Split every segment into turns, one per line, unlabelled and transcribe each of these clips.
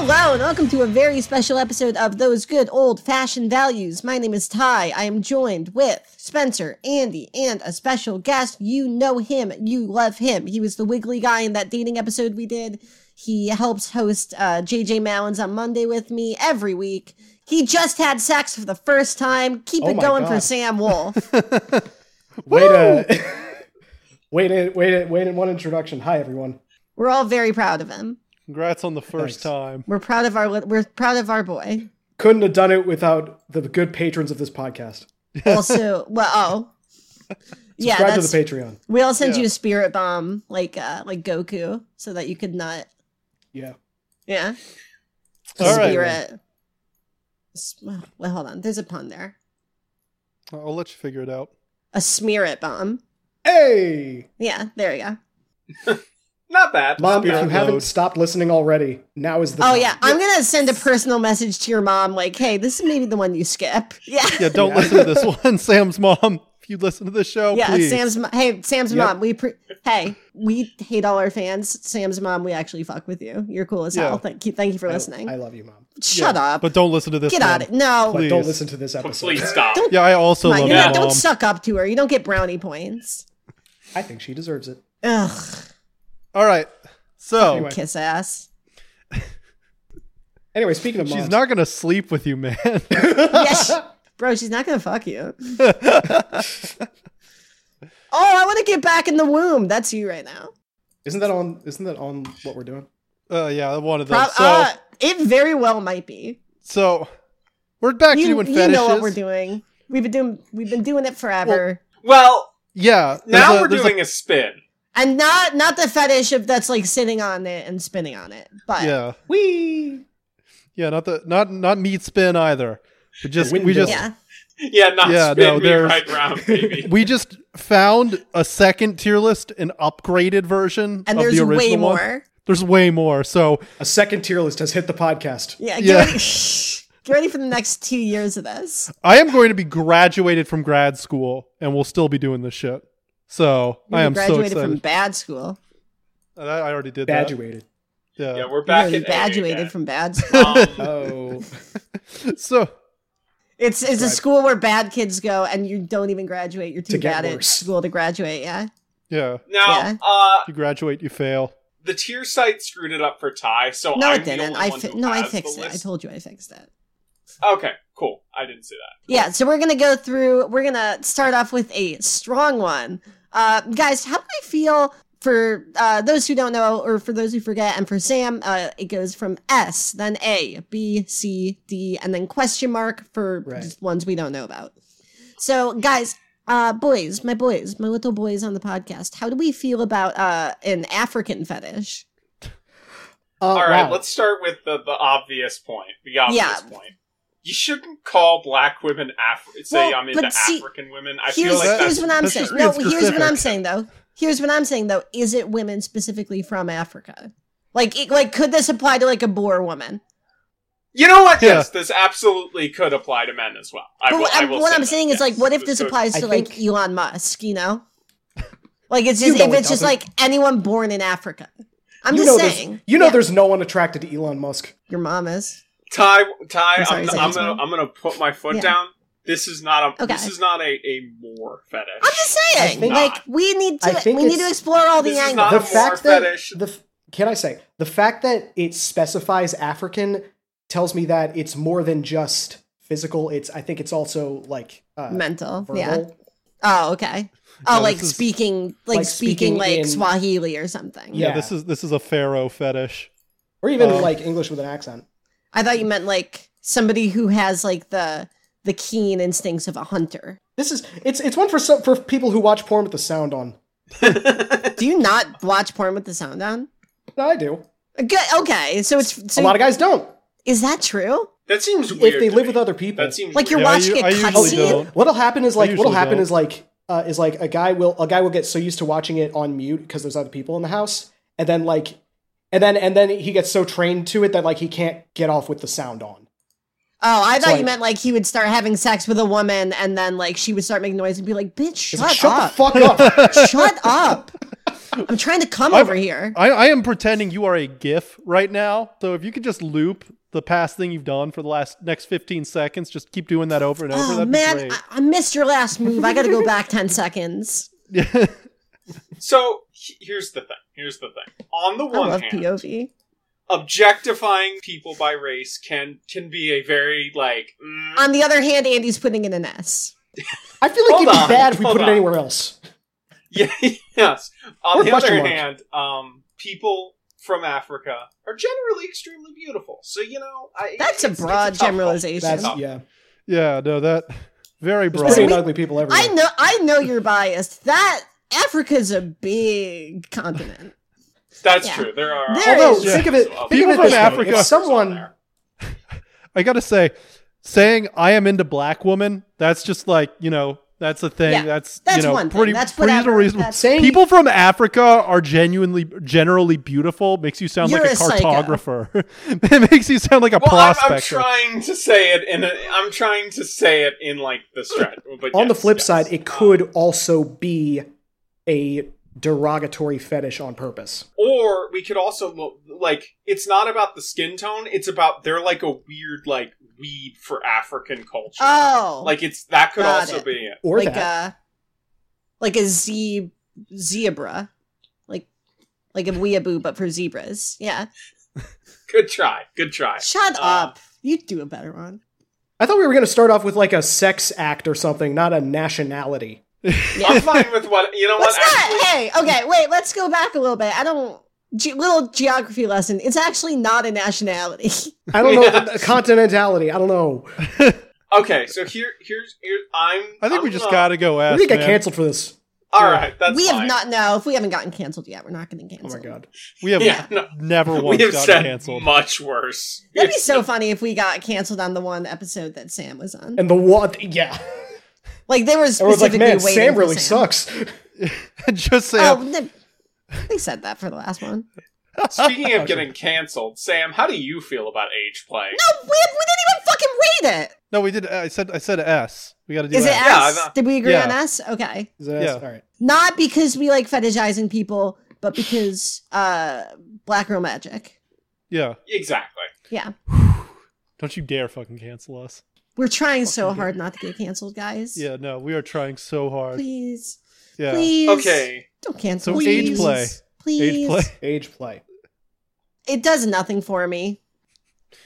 welcome to a very special episode of Those Good Old Fashioned Values. My name is Ty. I am joined with Spencer, Andy, and a special guest. You know him, you love him. He was the wiggly guy in that dating episode we did. He helps host uh, JJ Mallins on Monday with me every week. He just had sex for the first time. Keep
Oh
it
my
going for
God.
Sam Wolf.
Wait a wait a wait a wait in one introduction. Hi everyone.
We're all very proud of him.
Congrats on the first
Thanks.
time.
We're proud of our li- we're proud of our boy.
Couldn't have done it without the good patrons of this podcast.
Also, well, oh, yeah,
Subscribe
that's
to the Patreon.
We all sent
Yeah.
you a spirit bomb, like uh, like Goku, so that you could not.
Yeah.
Yeah.
All right.
spirit. S- Well, hold on. There's a pun there.
I'll let you figure it out.
A smear it bomb.
Hey,
Yeah, there you go.
Not bad.
mom!
Spirit
if you haven't
load.
stopped listening already, now is the
oh
time.
yeah, I'm gonna send a personal message to your mom, like, "Hey, this is maybe the one you skip." Yeah,
Yeah, don't
Yeah.
listen to this one, Sam's mom. If you listen to this show,
yeah.
please.
Sam's mo- hey, Sam's
Yep.
mom. We pre- hey, we hate all our fans. Sam's mom, we actually fuck with you. You're cool as
Yeah.
hell. Thank you, thank you for
I-
listening.
I, love you, mom.
Yeah,
Shut up.
But don't listen to this.
Get
one.
out of it. No.
But don't
Please.
listen to this episode.
Please stop.
Don't-
Yeah, I also
Come on,
love
you're
your
not-
mom.
don't suck up to her. You don't get brownie points.
I think she deserves it.
Ugh,
All right. So
Anyway.
kiss ass.
Anyway, speaking of moms,
she's not gonna sleep with you, man. Uh,
Yes, bro, she's not gonna fuck you. Oh, I want to get back in the womb. That's you right now.
Isn't that on? Isn't that on what we're doing?
uh, yeah, one of
Pro-
those. So,
uh, it very well might be.
so we're back to
You,
doing
you
fetishes.
know what we're doing. We've been doing. We've been doing it forever.
Well,
Yeah. there's
now
a-
we're
there's a-
doing a, spin.
and not not the fetish of that's like sitting on it and spinning on it, but
yeah,
We
yeah. Not the not not meat spin either. We just we
window.
just
yeah,
Yeah, not
Yeah,
spin
no,
me
there's-
right round, baby.
we just found a second tier list, an upgraded version
and
of
there's
the original
way more.
one. There's way more. So
a second tier list has hit the podcast.
Yeah, get,
Yeah.
Ready, get ready for the next two years of this.
I am going to be graduated from grad school, and we'll still be doing this shit. So
You
I am so
graduated
excited.
from bad school.
I, I already did that.
Graduated.
Yeah.
yeah, we're
Yeah,
back
you
in
graduated
A
from bad school.
again. Um,
Oh,
So
It's it's a
Right.
school where bad kids go, and you don't even graduate. You're too
To get
bad at
worse.
school to graduate. Yeah,
yeah,
now,
Yeah.
uh,
you graduate, you fail.
the tier site screwed it up for Ty, so
no,
I'm
it
the
didn't.
only
I
one
fi-
who
no, I
has the
fixed it. I
list.
told you I fixed it.
okay, cool. I didn't see that.
Yeah, so we're gonna go through. We're gonna start off with a strong one, uh, guys. How do I feel for uh, those who don't know, or for those who forget, and for Sam, uh, it goes from S, then A, B, C, D, and then question mark for
Right.
just ones we don't know about. So, guys, uh, boys, my boys, my little boys on the podcast, how do we feel about uh, an African fetish?
Uh,
Oh,
All right,
wow.
let's start with the, the obvious point. The obvious
Yeah.
point. You shouldn't call black women Afri- say
Well,
I'm
but
into
see,
African women. I
here's
feel like
here's
that's
what I'm
that's
saying.
just
No,
being
here's what I'm
specific.
saying though. Here's what I'm saying though. Is it women specifically from Africa? Like, it, like could this apply to like a Boer woman?
You know what?
Yeah.
Yes, this absolutely could apply to men as well. I
But
will, I
I'm-
will
what
say
I'm
that,
saying is
yes.
like, what if this
could-
applies
I
to like
think-
Elon Musk? You know, like it's
You
just
know
if
it
it's just
doesn't.
like anyone born in Africa. I'm
you
just
know
saying.
There's, you know,
Yeah,
there's no one attracted to Elon Musk.
your mom is.
Ty, Ty,
I'm
I'm,
sorry,
I'm,
say it,
gonna,
Tom.
I'm gonna put my foot
Yeah.
down. This is not a,
Okay.
this is not a, a more fetish.
I'm just saying.
I think-
like we need
I
to
think
we need
it's-
to explore all the
This is not
angles.
the
a
fact
war
that
fetish.
the f- can I say the fact that it specifies African tells me that it's more than just physical. It's I think it's also like uh,
Mental.
verbal.
Yeah. Oh, okay. Oh,
No,
like
this is-
speaking, like,
like
speaking,
speaking
like
in-
Swahili or something.
Yeah.
Yeah.
this is this is a pharaoh fetish.
or even
Um,
like English with an accent.
I thought you meant like somebody who has like the the keen instincts of a hunter.
This is it's it's one for some, for people who watch porn with the sound on.
Do you not watch porn with the sound on?
No, I do.
Good. Okay, so it's so
a lot of guys don't
is that true?
that seems weird.
if they
to
live
me.
with other people.
that seems
Like
weird.
you're
Yeah, I
watching
u- I
a
usually
cutscene.
don't.
What'll happen is
I
like what'll
usually
happen
don't.
is like uh, is like a guy will a guy will get so used to watching it on mute because there's other people in the house, and then like, and then and then he gets so trained to it that like he can't get off with the sound on.
Oh, I
It's
thought you
like-
meant like he would start having sex with a woman and then like she would start making noise and be like, "Bitch, shut
He's like, Shut
up,
the fuck up!
shut up." I'm trying to come
I've-
over here.
I, I am pretending you are a GIF right now. So if you could just loop the past thing you've done for the last next 15 seconds. Just keep doing that over and over.
Oh
That'd
man,
be
I, I missed your last move. I gotta go back ten seconds.
great.
So he- here's the thing. Here's the thing. On the
I
one
love
hand,
POV.
objectifying people by race can can be a very like mm,
On the other hand, Andy's putting in an S.
I feel like
Hold
it'd be
on,
bad if we
hold
put it
on.
anywhere else.
yeah, yes. On
Or
the
question
other
mark.
hand, um, people from Africa are generally extremely beautiful. So you know, I,
That's a
it's- it's
broad
tough call.
generalization.
That's
Oh.
yeah.
yeah, no, that very
There's pretty
broad.
we-
ugly people everywhere.
I know I know you're biased. That Africa's a big continent.
That's
Yeah.
true. There are
There
Although,
is-
think of it.
People
Think of it
from
this way.
Africa-
If someone,
I gotta say, saying I am into black woman, that's just like you know, that's a thing.
Yeah,
that's
that's
you know,
one thing.
pretty
That's
pretty
whatever.
reasonable.
That's-
Saying-
people from Africa are genuinely generally beautiful. Makes you sound
You're
like a
a psycho.
cartographer. it makes you sound like a
Well, I'm, I'm
prospector.
trying to say it in. A, I'm trying to say it in like the stretch. But
on the
yes,
flip
yes. Um,
side, it could also be a derogatory fetish on purpose.
or we could also look like it's not about the skin tone it's about they're like a weird like weed for african culture
Oh.
like it's that could
Got
also
it.
be it
Or
like
that.
a like a ze- zebra. Like like a weeaboo but for zebras. Yeah.
good try good try
Shut
Uh,
up. You do a better one.
I thought we were going to start off with like a sex act or something, not a nationality.
i'm fine with what you know
What's
what
that? Hey, okay, wait, let's go back a little bit. I don't ge- little geography lesson. It's actually not a nationality.
I don't know continentality. I don't know.
okay so here here's here i'm
I think
I'm
we just
gonna-
gotta go ask.
we get
man.
canceled for this.
all right that's
we have
fine.
not no, if we haven't gotten canceled yet, we're not getting
Oh
canceled.
my god.
We have
yeah no,
never
we
once
have
gotten
said
canceled.
much worse
That'd be so funny if we got canceled on the one episode that Sam was on.
And the what? Yeah.
Like they were
Everyone's like,
specifically
man,
waiting
Sam
for
really
Sam.
sucks.
just say
Oh, they, they said that for the last one.
speaking of getting canceled sam how do you feel about age play
No, Oh, we, we didn't even fucking read it.
no. We did. I said. I said S. We gotta do
Is it
S.
Yeah,
S?
I know.
Did we agree
Yeah.
on S? Okay.
Is that-
Yeah.
All right.
Not because we like fetishizing people, but because uh black girl magic.
Yeah.
exactly
Yeah.
Don't you dare fucking cancel us.
We're trying so hard not to get canceled, guys.
Yeah. No. We are trying so hard.
Please.
Yeah.
Please.
okay
Don't cancel.
So
please.
age play.
Please.
Age play.
Age play.
It does nothing for me.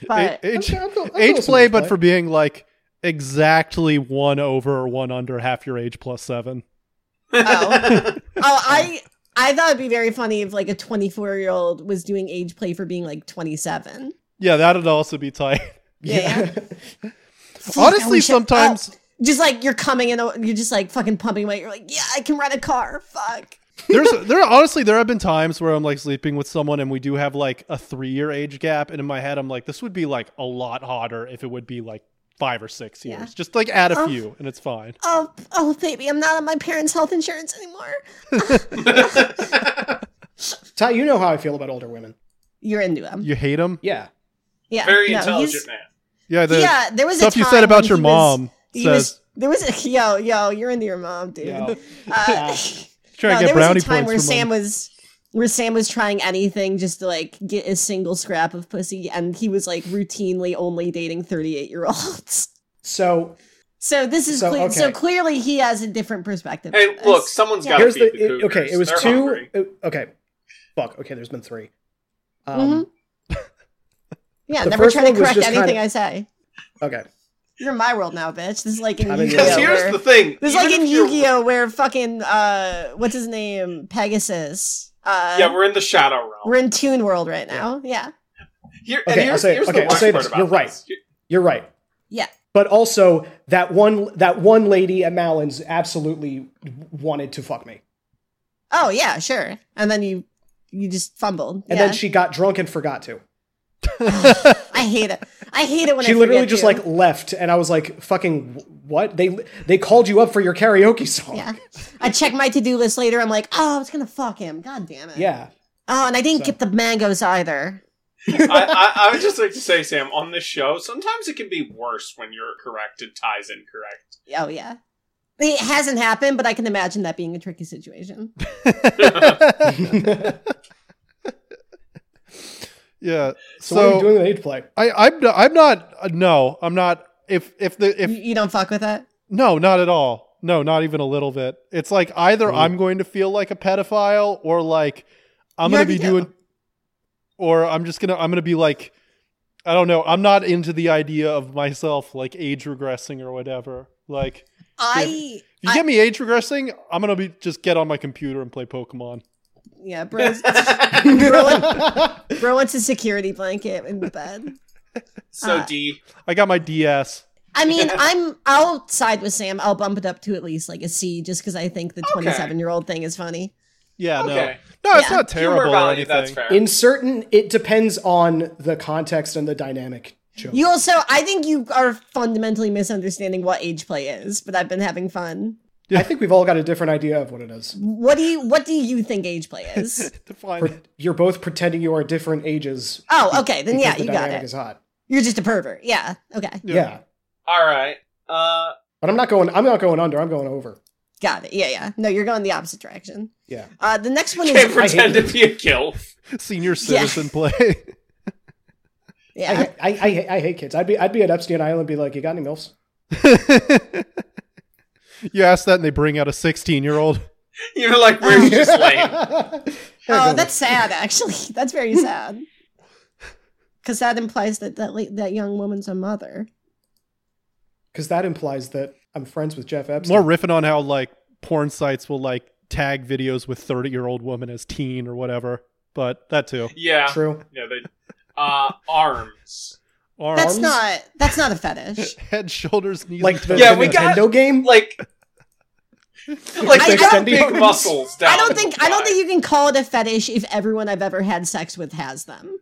But
A- age,
Okay, I'll go- I'll go
age
with some
play, but for being like exactly one over or one under half your age plus seven.
Oh. Oh, I I thought it'd be very funny if like a 24 year old was doing age play for being like 27.
Yeah, that'd also be tight.
Yeah. Please, no,
Honestly,
we should-
sometimes
oh, just like you're coming in, you're just like fucking pumping weight. You're like, yeah, I can rent a car. Fuck.
there's there honestly there have been times where I'm like sleeping with someone and we do have like a three year age gap, and in my head I'm like, this would be like a lot hotter if it would be like five or six
Yeah.
years. Just like add a
Oh.
few, and it's fine.
Oh, oh, baby, I'm not on my parents' health insurance anymore.
Ty, you know how I feel about older women.
You're into him.
You hate them?
Yeah.
Yeah,
very
no,
intelligent
he's-
man
Yeah. The
yeah, there was a
stuff you
time
said about
when
your
he was-
mom
he
says
was- there was a yo yo. You're into your mom, dude.
Yeah.
Uh,
try
no,
to get
there was
brownie
a time
points
where
for
Sam
mom.
was where Sam was trying anything just to like get a single scrap of pussy, and he was like routinely only dating thirty-eight year olds.
So
So this is
So,
cle- so
okay.
clearly he has a different perspective.
Hey,
on this.
look, someone's
Yeah.
got to
here's the,
beat the, Cougars.
okay. It was
They're
two.
hungry.
uh, Okay. Fuck. Okay. There's been three. Um,
yeah,
the
never
first
try to
one was
correct
just
anything
kinda-
I say.
Okay.
You're in my world now, bitch. This is like in
Kinda
Yu Gi
Because
Yeah.
here's the
Oh.
thing.
This is
even
like in
if you're-
Yu Gi Oh, where fucking uh, what's his name, Pegasus. Uh,
Yeah, we're in the shadow realm.
we're in Tune World right now. Yeah,
Here, and
Okay, I'll
here's,
say-
here's
okay,
the
I'll
worst
say
part
this,
about
you're right.
this.
You're right.
yeah.
But also that one that one lady at Malin's absolutely wanted to fuck me,
Oh yeah, sure. And then you you just fumbled.
and
yeah.
then she got drunk and forgot to.
I hate it. I hate it when
She
I
literally
forget
just
to.
like left, and I was like, "Fucking what?" They they called you up for your karaoke song.
yeah. I check my to do list later. I'm like, oh, I was gonna fuck him. God damn it.
Yeah.
Oh, and I didn't get the mangoes either.
I, I, I would just like to say, Sam, on this show, sometimes it can be worse when you're correct and Ty's incorrect.
Oh yeah. It hasn't happened, but I can imagine that being a tricky situation.
yeah, Yeah.
So, what are
So,
you doing with age play?
I, I'm not, I'm not. uh, No, I'm not. If if the if
you, you don't fuck with that.
no, not at all. No, not even a little bit. It's like either
Mm.
I'm going to feel like a pedophile, or like I'm
You
going to be
already do.
doing, or I'm just gonna I'm gonna be like, I don't know. I'm not into the idea of myself like age regressing or whatever. Like
I
if you
I-
get me age regressing, I'm gonna be just get on my computer and play Pokemon.
yeah, bro. bro, wants- bro wants a security blanket in the bed.
so
Uh,
D,
I got my DS.
I mean, I'm I'll side with Sam. I'll bump it up to at least like a C, just because I think the
Okay.
27 year old thing is funny.
Yeah,
okay,
no, no, it's
Yeah.
not
humor
terrible or
value,
anything.
that's fair.
In certain, it depends on the context and the dynamic. Joke.
You also, I think you are fundamentally misunderstanding what age play is, but I've been having fun.
I think we've all got a different idea of what it is.
What do you What do you think age play is?
Define
Pre- You're both pretending you are different ages.
oh, okay, then
because
yeah,
the
you got
dynamic is
it.
hot.
You're just a pervert. Yeah. Okay.
Yeah.
Yeah.
all right. Uh,
but I'm not going. I'm not going under. I'm going over.
Got it. Yeah, yeah. No, you're going the opposite direction.
Yeah.
Uh, the next one
can't
is
pretend to be a gilf.
senior citizen play.
I,
yeah.
I, I, I hate kids. I'd be I'd be at Epstein Island and be like, you got any milfs?
you ask that and they bring out a 16 year old.
You're like, we're just lame.
Oh, that's sad. Actually, that's very sad. Because that implies that that la- that young woman's a mother.
because that implies that I'm friends with Jeff Epstein.
More riffing on how like porn sites will like tag videos with 30 year old women as teen or whatever. But that too.
Yeah,
True.
no, they uh, arms.
Arms,
That's not that's not a fetish.
head, shoulders, knees.
Like
and
the,
toes.
Yeah,
the
we got-
Nintendo game.
Like, like
I-
they
I
got
don't
big
think-
muscles. Down
I don't think I don't
inside.
think you can call it a fetish if everyone I've ever had sex with has them.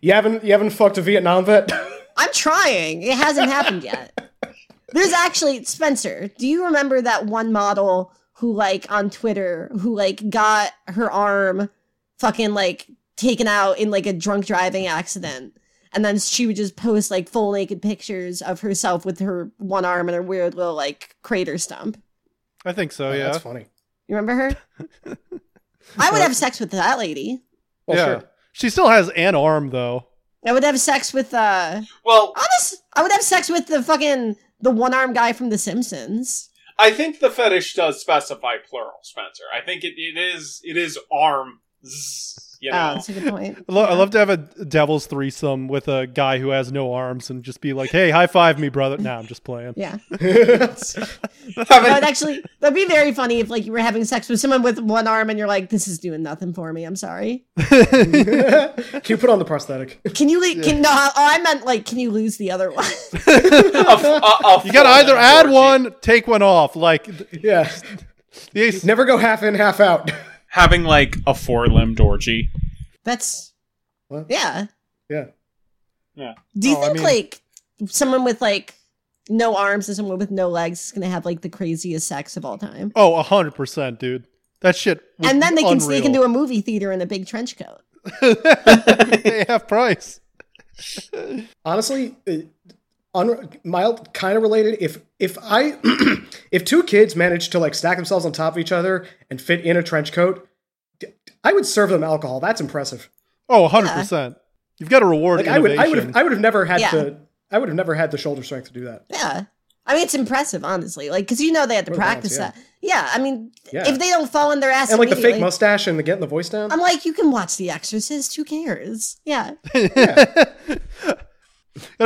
you haven't you haven't fucked a Vietnam vet.
I'm trying. It hasn't happened yet. There's actually Spencer. Do you remember that one model who like on Twitter who like got her arm fucking like taken out in like a drunk driving accident? And then she would just post like full naked pictures of herself with her one arm and her weird little like crater stump.
I think so,
Oh,
yeah.
that's funny.
You remember her? I would have sex with that lady.
Well,
yeah.
sure.
She still has an arm though.
I would have sex with uh
Well,
honest I would have sex with the fucking the one armed guy from The Simpsons.
I think the fetish does specify plural, Spencer. I think it, it is it is arms. You
Oh,
know,
that's a good point.
I, lo- I love to have a devil's threesome with a guy who has no arms and just be like, hey, high five me, brother. Nah, I'm just playing.
Yeah.
Having-
That would actually that'd be very funny if like you were having sex with someone with one arm and you're like, this is doing nothing for me, I'm sorry.
Can you put on the prosthetic?
Can you le- can no oh I meant like can you lose the other one?
You gotta either add one, take one off. Like th-
yeah.
these
Never go half in, half out.
Having like a four-limbed orgy.
That's
What?
yeah.
Yeah.
Yeah.
Do you
Oh, I
think
mean-
like someone with like no arms and someone with no legs is gonna have like the craziest sex of all time?
Oh, a hundred percent, dude. That shit. Was
and then they can
unreal.
sneak into a movie theater in a big trench coat.
they have price.
Honestly, uh, un- mild kind of related. If if I if two kids managed to like stack themselves on top of each other and fit in a trench coat, d- I would serve them alcohol. That's impressive.
Oh, a hundred percent. You've got to reward
Like I would
innovation.
I would have, I would have never had
Yeah.
the I would have never had the shoulder strength to do that.
Yeah. I mean, it's impressive, honestly. Like, because you know they had to
What a
practice
balance,
that. Yeah. I mean,
Yeah.
if they don't fall on their ass
and like the fake
immediately-
mustache and the getting the voice down.
I'm like, you can watch The Exorcist. Who cares? Yeah.
Gotta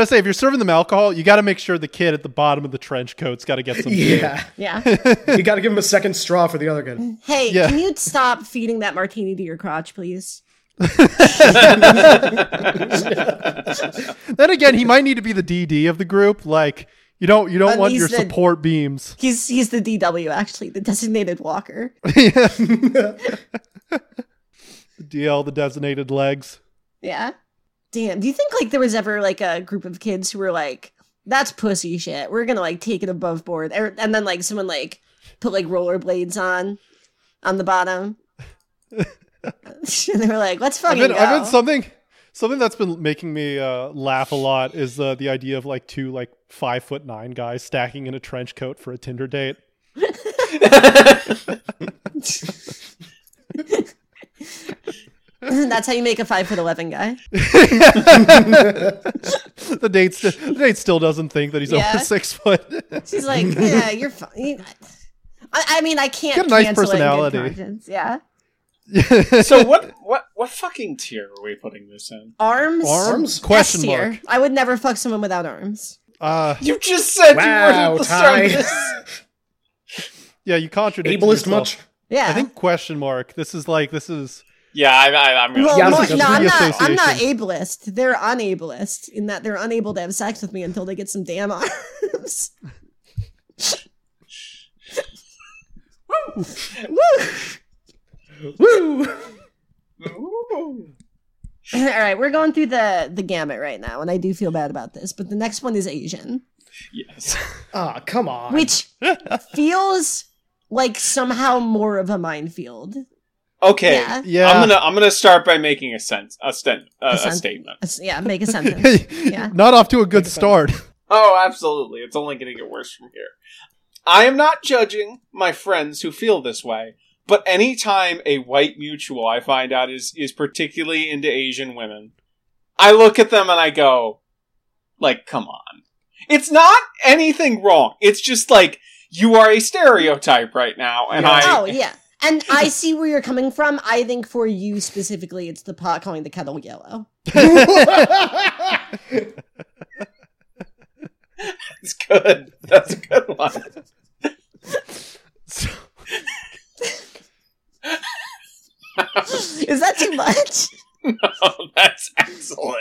say, if you're serving them alcohol, you got to make sure the kid at the bottom of the trench coat's got to get some. beer.
yeah,
Yeah.
you got to give him a second straw for the other
Mm-hmm.
guy.
Hey,
Yeah.
can you stop feeding that martini to your crotch, please?
Then again, he might need to be the DD of the group. Like you don't you don't
At
want
least
your
the-
support beams.
He's he's the DW, actually, the designated walker.
Yeah. the DL, the designated legs.
Yeah. Damn. Do you think like there was ever like a group of kids who were like, that's pussy shit. We're gonna like take it above board. Er- And then like someone like put like rollerblades on on the bottom. and they were like, let's
I've
fucking
been,
go.
I've been something something that's been making me uh, laugh a lot is uh, the idea of like two like five foot nine guys stacking in a trench coat for a Tinder date.
That's how you make a five foot eleven guy.
the date, st- the date still doesn't think that he's
Yeah.
over six foot.
She's like, yeah, you're fine. I, I mean, I can't.
Got a nice
cancel it in good
personality.
conscience, Yeah,
so what what what fucking tier are we putting this in?
arms.
Arms?
S
Question
tier.
mark.
I would never fuck someone without arms.
Uh,
You just said you
Wow,
were at the start
Ty.
of this.
yeah, you contradict
Ableist
yourself.
much?
Yeah.
I think question mark. This is like this is
Yeah, I, I, I'm gonna.
Well,
Yeah, I
no,
was
no,
thinking
I'm not.
just
I'm not
association.
ableist. They're unableist in that they're unable to have sex with me until they get some damn arms. Woo!
Woo!
Ooh.
All right, we're going through the the gamut right now, and I do feel bad about this. But the next one is Asian,
Yes.
Ah, come on.
which feels like somehow more of a minefield.
Okay.
Yeah,
yeah.
I'm gonna I'm gonna start by making a sense a, sten- uh, a, a
sen-
statement.
That's- yeah. Make a sentence. Yeah.
Not off to a good start.
Oh, absolutely. It's only going to get worse from here. I am not judging my friends who feel this way, but anytime a white mutual I find out is is particularly into Asian women, I look at them and I go, like, come on. It's not anything wrong. It's just like you are a stereotype right now, and I
oh yeah, and I see where you're coming from. I think for you specifically, it's the pot calling the kettle yellow.
it's good. That's a good one.
So-
Is that too much?
Oh, that's excellent.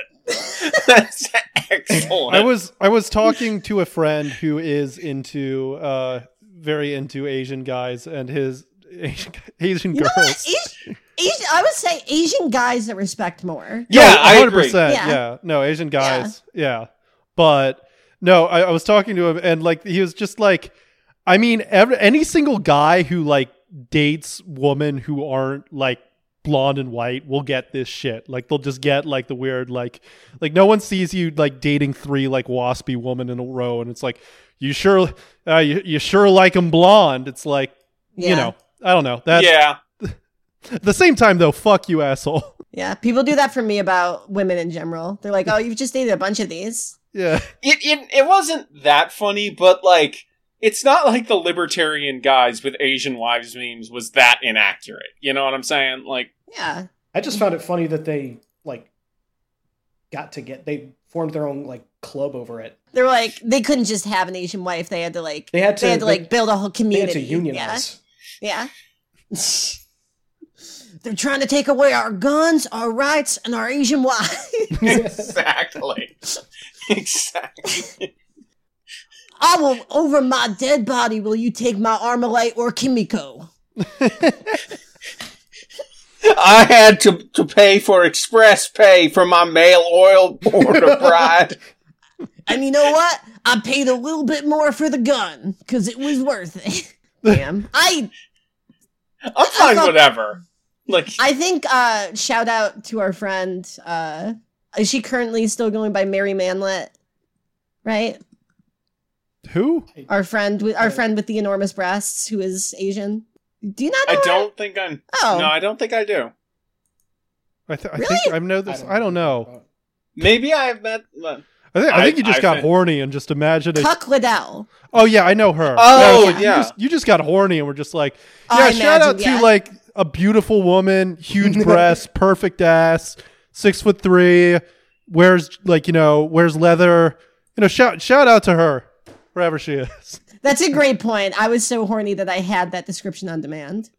That's excellent.
I was I was talking to a friend who is into uh very into Asian guys and his Asian, Asian
You know what?
girls.
Asian, Asian, I would say Asian guys that respect more.
yeah, I agree.
100%, Yeah.
Yeah.
no, Asian guys. Yeah, but no, I, I was talking to him and like he was just like, I mean, every, any single guy who like dates women who aren't like blonde and white will get this shit. Like they'll just get like the weird like like no one sees you like dating three like waspy woman in a row and it's like you sure uh, you, you sure like them blonde. It's like you
Yeah.
know I don't know that.
yeah.
At the same time though, fuck you asshole.
Yeah, people do that for me about women in general. They're like, "Oh, you've just dated a bunch of these."
yeah.
it, it it wasn't that funny, but like it's not like the libertarian guys with Asian wives memes was that inaccurate. You know what I'm saying? Like
Yeah,
I just found it funny that they like got to get they formed their own like club over it.
they're like they couldn't just have an Asian wife. They had to like
They had to,
they had to like build a whole
they had
community.
to unionize.
Yeah. yeah. they're trying to take away our guns, our rights, and our Asian wives.
exactly, exactly.
I will over my dead body. Will you take my Armalite or Kimiko?
I had to to pay for express pay for my mail oil order bride.
And you know what? I paid a little bit more for the gun because it was worth it. Damn. I
I'm fine, whatever. Like
I think uh shout out to our friend uh is she currently still going by Mary Manlet? Right?
Who?
Our friend with our
Uh,
friend with the enormous breasts who is Asian. Do you not know
I
her?
don't think I'm.
Oh.
No, I don't think I do.
I, th- I
Really?
think I know this. I don't know.
Maybe I've met. but-
I think, I,
I-
think you just
I
got
think-
horny and just imagined it.
Cuck Liddell.
Oh yeah, I know her.
Oh,
you
yeah.
just, you just got horny and we're just like, yeah.
I
shout out
imagine, yeah.
to like a beautiful woman, huge breasts, perfect ass, six foot three, wears like you know wears leather. You know, shout shout out to her wherever she is.
That's a great point. I was so horny that I had that description on demand.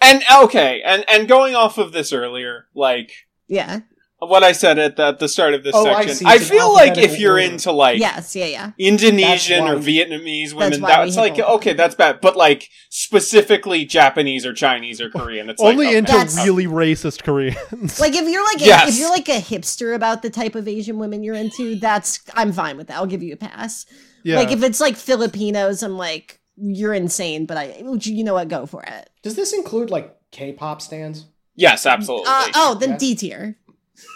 And okay, and and going off of this earlier, like
Yeah.
what I said at the, at the start of this
Oh, I see.
section. I,
It's an
feel like if
alphabetical
you're
order.
into like
yes, yeah, yeah.
Indonesian
That's
or
why-
Vietnamese women,
why we
that's
hate
like
them.
okay, that's bad. But like specifically Japanese or Chinese or Korean, it's
Only
like, oh, okay.
into
That's-
really racist Koreans.
Like if you're like a,
Yes.
if you're like a hipster about the type of Asian women you're into, that's I'm fine with that. I'll give you a pass.
yeah.
Like if it's like Filipinos, I'm like you're insane, but I you know what, go for it.
Does this include like K-pop stands?
Yes, absolutely.
Uh, oh, then
Yeah.
D tier.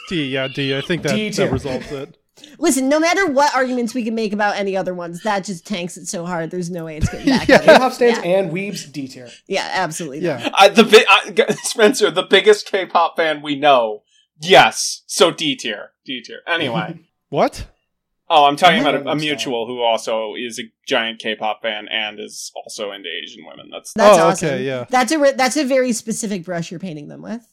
D, yeah, D. I think that,
D
that
tier.
resolves it.
Listen, no matter what arguments we can make about any other ones, that just tanks it so hard. There's no way it's getting back.
Yeah.
up.
K-pop stands
Yeah.
and weebs D tier.
yeah, absolutely. not.
Yeah.
I, the bi- I, Spencer, the biggest K-pop fan we know. Yes, so D tier, D tier. Anyway,
What?
oh, I'm talking
Another
about a, a
one star.
mutual who also is a giant K-pop fan and is also into Asian women. That's
That's
Oh, okay,
awesome.
yeah.
That's a re- that's a very specific brush you're painting them with.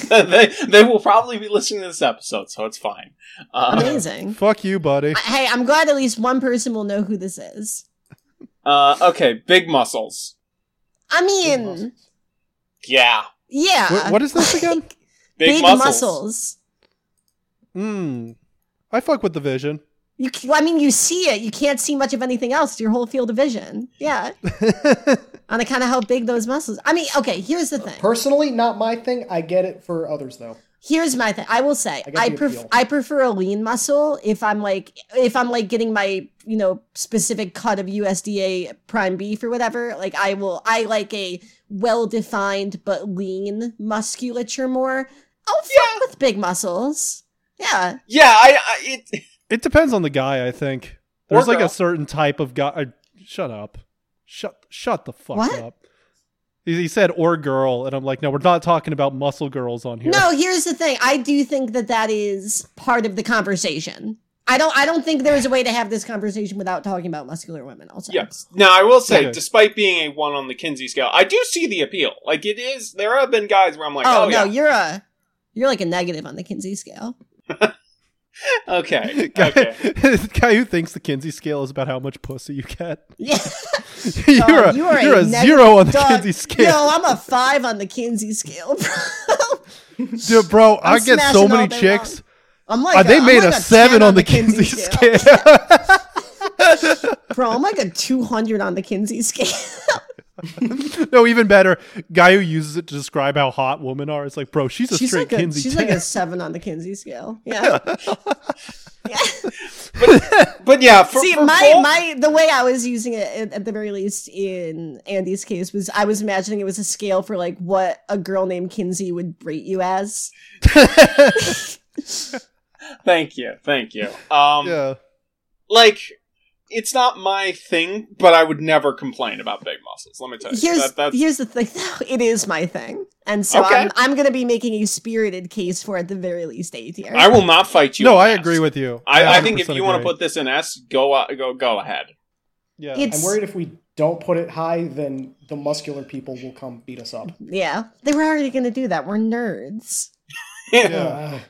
they they will probably be listening to this episode, so it's fine.
Uh-huh.
Uh,
Amazing.
Fuck you, buddy.
I- hey, I'm glad at least one person will know who this is.
uh, okay, big muscles.
I mean,
muscles.
Yeah,
yeah.
Wh- what is this again?
big, muscles.
Mm. I fuck with the vision.
You, c- I mean, you see it. You can't see much of anything else. Your whole field of vision. Yeah, on account of how big those muscles. I mean, okay. Here's
Uh,
the thing.
Personally, not my thing. I get it for others though.
Here's my thing. I will say,
I get
I,
the
pref-
appeal.
I prefer a lean muscle if I'm like if I'm like getting my you know specific cut of USDA prime beef or whatever. Like I will, I like a well defined but lean musculature more. I'll fuck
Yeah.
with big muscles. Yeah,
Yeah, I, I it,
it depends on the guy, I think.
Or
There's like
girl.
a certain type of guy. I- shut up. Shut shut the fuck
What?
up. He, he said or girl, and I'm like, no, we're not talking about muscle girls on here.
No, here's the thing. I do think that that is part of the conversation. I don't. I don't think there's a way to have this conversation without talking about muscular women. Also,
yes. Now I will say,
Okay.
despite being a one on the Kinsey scale, I do see the appeal. Like it is, there have been guys where I'm like,
oh,
oh,
no,
yeah,
you're a you're like a negative on the Kinsey scale.
okay,
Guy,
okay.
guy who thinks the Kinsey scale is about how much pussy you get.
Yeah.
you're a,
Oh, you are
you're
a
a
negative
zero on the
dog.
Kinsey scale.
No, I'm a five on the Kinsey scale, bro.
Dude, bro, i
I'm
get
smashing
so
all
many
day
chicks.
I'm
Uh,
like
they
a- I'm
made
like
a seven
10
on the Kinsey scale.
bro. I'm like a two hundred on the Kinsey scale.
no, even better. Guy who uses it to describe how hot women are. It's like, bro, she's a
she's
straight
like a,
Kinsey.
she's
chick.
like a seven on the Kinsey scale. Yeah. yeah.
But yeah, for,
See,
for
my
both-
my the way I was using it at, at the very least in Andy's case was I was imagining it was a scale for like what a girl named Kinsey would rate you as.
thank you, thank you. Um,
yeah.
like it's not my thing, but I would never complain about big muscles. Let me tell you,
Here's
Uh, that, that's
here's the thing though, it is my thing, and so
Okay.
I'm I'm gonna be making a spirited case for at the very least A tier.
I will not fight you.
No,
on
I
S.
agree with you.
I, I think if
100%
you want to
agree.
put this in S, go uh, go go ahead.
yeah.
It's
I'm worried if we don't put it high, then the muscular people will come beat us up.
yeah, they were already gonna do that. We're nerds.
yeah.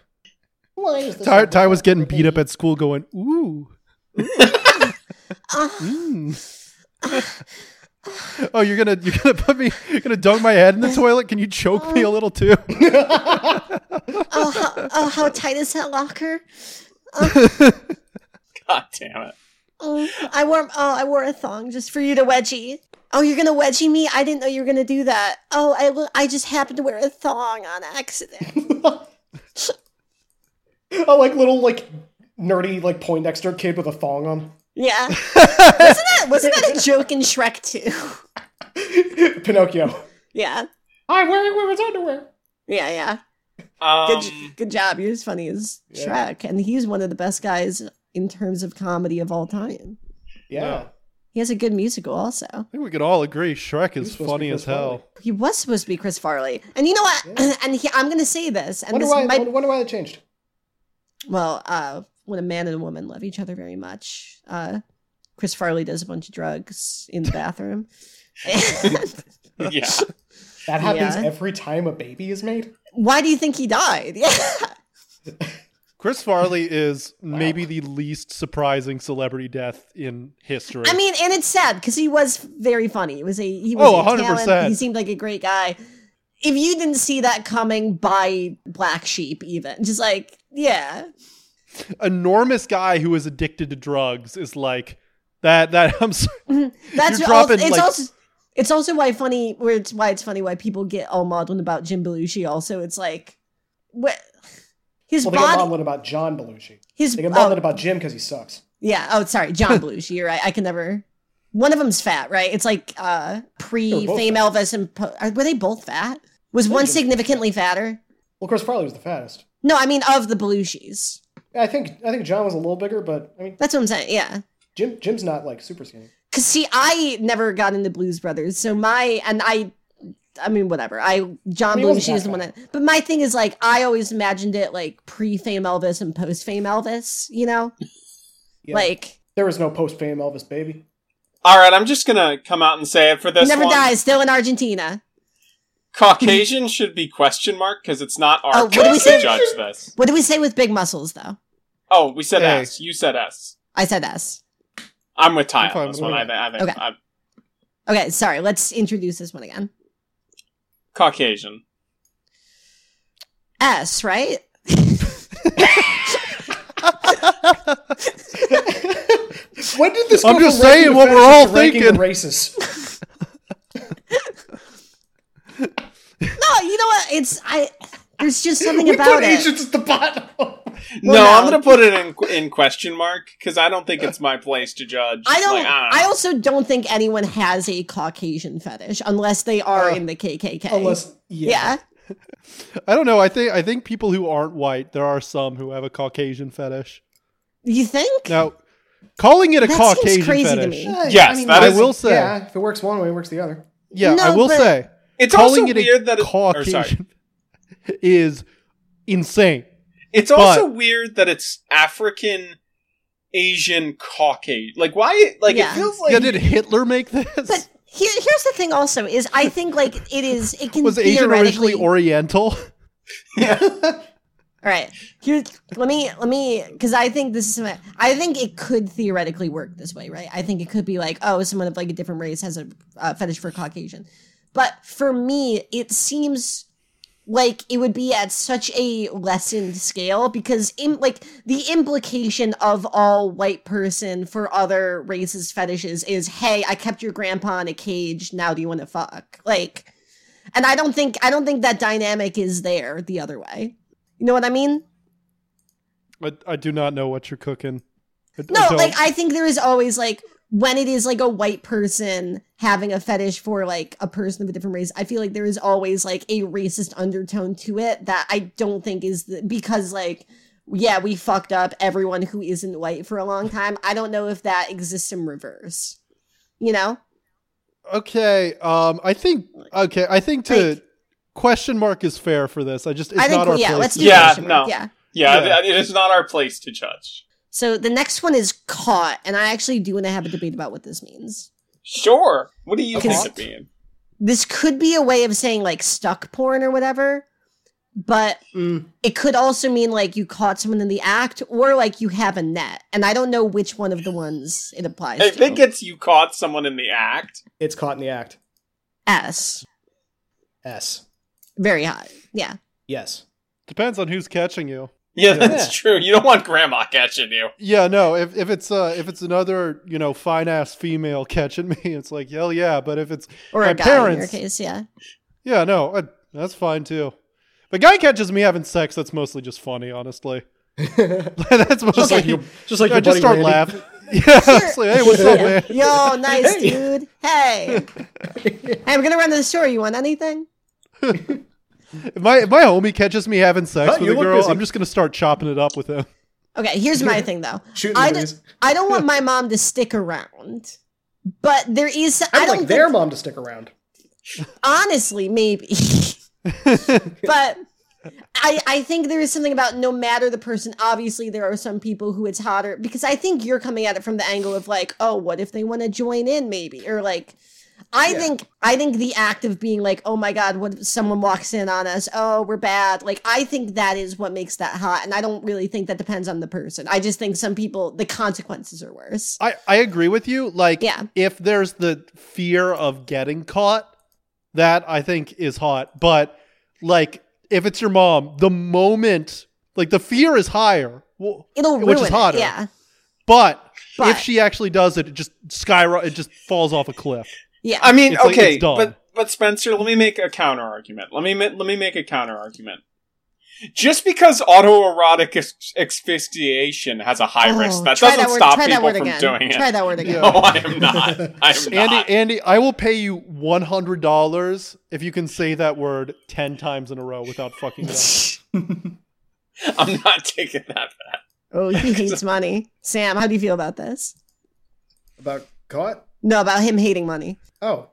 Ugh.
Ty, Ty was getting beat up at school, going, "Ooh,
Ah,
mm. oh, you're gonna you're gonna put me, you're gonna dunk my head in the toilet. Can you choke me a little too?"
oh, how, oh, how tight is that locker?
God damn it.
Oh, I wore oh I wore a thong just for you to wedgie. Oh, you're gonna wedgie me? I didn't know you were gonna do that. Oh, I lo- I just happened to wear a thong on accident.
oh, like little like nerdy like Poindexter kid with a thong on.
Yeah, wasn't that wasn't that a joke in Shrek too?
Pinocchio.
Yeah,
I'm wearing women's underwear.
yeah, yeah. Good j-
Um,
good job. You're as funny as
Yeah.
Shrek, and he's one of the best guys in terms of comedy of all time.
Yeah.
No.
He has a good musical also.
I think we could all agree Shrek is
He's supposed to
funny
be
as
Chris
hell.
He was supposed to be Chris Farley, and you know what?
Yeah.
and he, I'm gonna say this, and
Wonder
this
why,
might
wonder why that changed.
well, uh, when a man and a woman love each other very much, uh, Chris Farley does a bunch of drugs in the bathroom. And
yeah.
That happens
Yeah.
every time a baby is made.
why do you think he died? Yeah,
Chris Farley is maybe the least surprising celebrity death in history.
I mean, and it's sad because he was very funny. He was a he was
Oh,
a talent.
100%.
He seemed like a great guy. If you didn't see that coming by Black Sheep, even just like yeah,
enormous guy who is addicted to drugs is like that. That I'm sorry.
That's
You're
what also,
dropping,
it's
like-
also it's also why funny where it's why it's funny why people get all maudlin about Jim Belushi. Also, it's like what his
Well, they got
body,
maudlin about John Belushi.
his
They got
oh,
maudlin about Jim because he sucks.
yeah. Oh, sorry, John Belushi. You're right. I can never. One of them's fat, right? It's like uh
They
pre
were both
Fame Elvis and po- are, were they both fat? Was one
Jim-
significantly fatter?
Well, Chris Farley was the fattest.
No, I mean of the Belushis.
I think I think John was a little bigger, but I mean
That's what I'm saying. Yeah.
Jim Jim's not like super skinny.
Cause see, I never got into Blues Brothers, so my and I, I mean, whatever. I John I
mean, it
Belushi
wasn't that
is the one that. But my thing is like I always imagined it like pre-fame Elvis and post-fame Elvis. You know,
Yeah.
like
there was no post fame Elvis baby.
All right, I'm just gonna come out and say it for
he
this
never
one.
dies, still in Argentina.
Caucasian should be question mark because it's not our
Oh, what do
place
we
to
say?
judge this.
What do we say with big muscles though?
Oh, we said
Hey.
S. You said S.
I said S.
I'm with Ty
I'm fine
on this
with
one. I,
it.
thi- I think
Okay.
I'm
Okay, sorry. Let's introduce this one again.
Caucasian.
S, right?
When did this?
I'm
go
just
from ranking
saying
the
what
fetishes
we're all
to ranking the
thinking.
Races.
No, you know what? It's I. There's just something
we
about
put
it.
Asians at the bottom.
no,
no.
I'm gonna put it in in question mark because I don't think it's my place to judge.
I don't.
Like, uh. I
I
don't know.
also don't think anyone has a Caucasian fetish unless they are
Uh,
in the KKK.
Unless
yeah.
yeah.
I don't know. I think I think people who aren't white, there are some who have a Caucasian fetish.
you think?
Now, calling it a
That seems
Caucasian
crazy to
fetish.
me.
Eh,
Yes, that
is- I will say.
Yeah, if it works one way, it works the other.
Yeah, I
No,
will
but-
say
it's also
calling it
weird
a
that it, or, sorry.
Caucasian is insane.
It's also weird that it's African, Asian, Caucasian. Like why? Like
Yeah.
it feels like
yeah, did Hitler make this?
But here, here's the thing. Also, is I think like it is. It can
was Asian
theoretically.
originally Oriental?
all right. Here, let me let me because I think this is. my- I think it could theoretically work this way, right? I think it could be like, oh, someone of like a different race has a uh, fetish for Caucasian, but for me, it seems like it would be at such a lessened scale because im- like the implication of all white person for other races fetishes is hey i kept your grandpa in a cage now do you want to fuck like and i don't think i don't think that dynamic is there the other way you know what i mean
I, I do not know what you're cooking. I- I
No,
don't.
like I think there is always like when it is like a white person having a fetish for like a person of a different race, I feel like there is always like a racist undertone to it that I don't think is the, because like yeah, we fucked up everyone who isn't white for a long time. I don't know if that exists in reverse. You know?
okay. Um, I think okay. I think to
Like-
question mark is fair for this. I just it's
I
not our
think yeah,
place.
let's
to
do
Yeah,
question mark.
no.
Yeah.
yeah,
Yeah.
th- it is not our place to judge.
So the next one is caught, and I actually do want to have a debate about what this means.
Sure. What do you
Okay.
think it being?
This could be a way of saying like stuck porn or whatever, but
Mm.
it could also mean like you caught someone in the act or like you have a net and i don't know which one of the ones it applies
I
to
think it's you caught someone in the act.
It's caught in the act.
s
S.
very hot yeah
Yes.
Depends on who's catching you.
Yeah,
Yeah.
that's true. You don't want grandma catching you.
Yeah, no. If if it's uh if it's another you know fine ass female catching me, it's like hell yeah. But if it's
or
My
a guy in your
parents-
case yeah
yeah, no, I, that's fine too. If a guy catches me having sex, that's mostly just funny, honestly. that's mostly
Just like your, just like
I
your buddy
just start
Randy.
laughing. Yeah, it's like, hey, what's up, man?
yo nice
Hey.
dude hey hey we're gonna run to the store you want anything
If my if my homie catches me having sex
Huh,
with
you
a
look
girl,
busy.
I'm just gonna start chopping it up with him.
okay here's my thing though
Shooting
I, d-
movies.
I don't want my mom to stick around but there is
I
i
would
don't
like
think,
their mom to stick around.
honestly maybe but I, I think there is something about no matter the person obviously there are some people who it's hotter because i think you're coming at it from the angle of like oh what if they want to join in maybe or like i
Yeah.
think i think the act of being like oh my god what if someone walks in on us oh we're bad like i think that is what makes that hot and i don't really think that depends on the person i just think some people the consequences are worse
I, I agree with you. Like,
Yeah.
if there's the fear of getting caught, that I think is hot. But like, if it's your mom, the moment, like, the fear is higher. Well,
it'll ruin
Which is hotter.
it yeah
but,
But-
if she actually does it, it just skyrocket. It just falls off a cliff.
yeah
I mean,
It's like
okay,
it's done.
but but Spencer, let me make a counter argument. Let me ma- let me make a counter argument. Just because autoerotic ex- asphyxiation has a high
Oh,
risk, that
try
doesn't
word-
stop
try that
people
word
from
again.
doing
try
it.
that word again
No, I am not. I am not.
Andy, Andy, I will pay you one hundred dollars if you can say that word ten times in a row without fucking it up.
I'm not taking that bet.
Oh, he hates money. Sam, how do you feel about this?
About caught?
No, about him hating money.
Oh,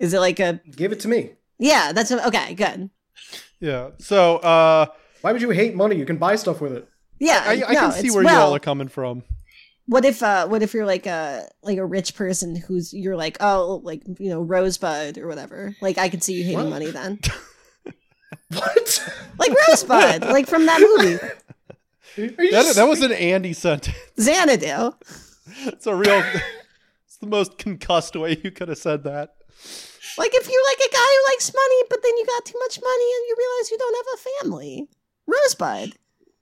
Is it like a
give it to me.
yeah? That's a, okay. Good.
Yeah. So uh,
Why would you hate money? You can buy stuff with it.
Yeah,
I, I
no,
can see
it's-
where you
well,
all are coming from.
What if uh what if you're like a like a rich person who's you're like oh like you know Rosebud or whatever like I could see you hating
What?
money then
What?
like Rosebud like from that movie
Are you
That,
just-
that was an Andy sentence.
Xanadu
It's a real. it's the most concussed way you could have said that.
like if you're like a guy who likes money but then you got too much money and you realize you don't have a family Rosebud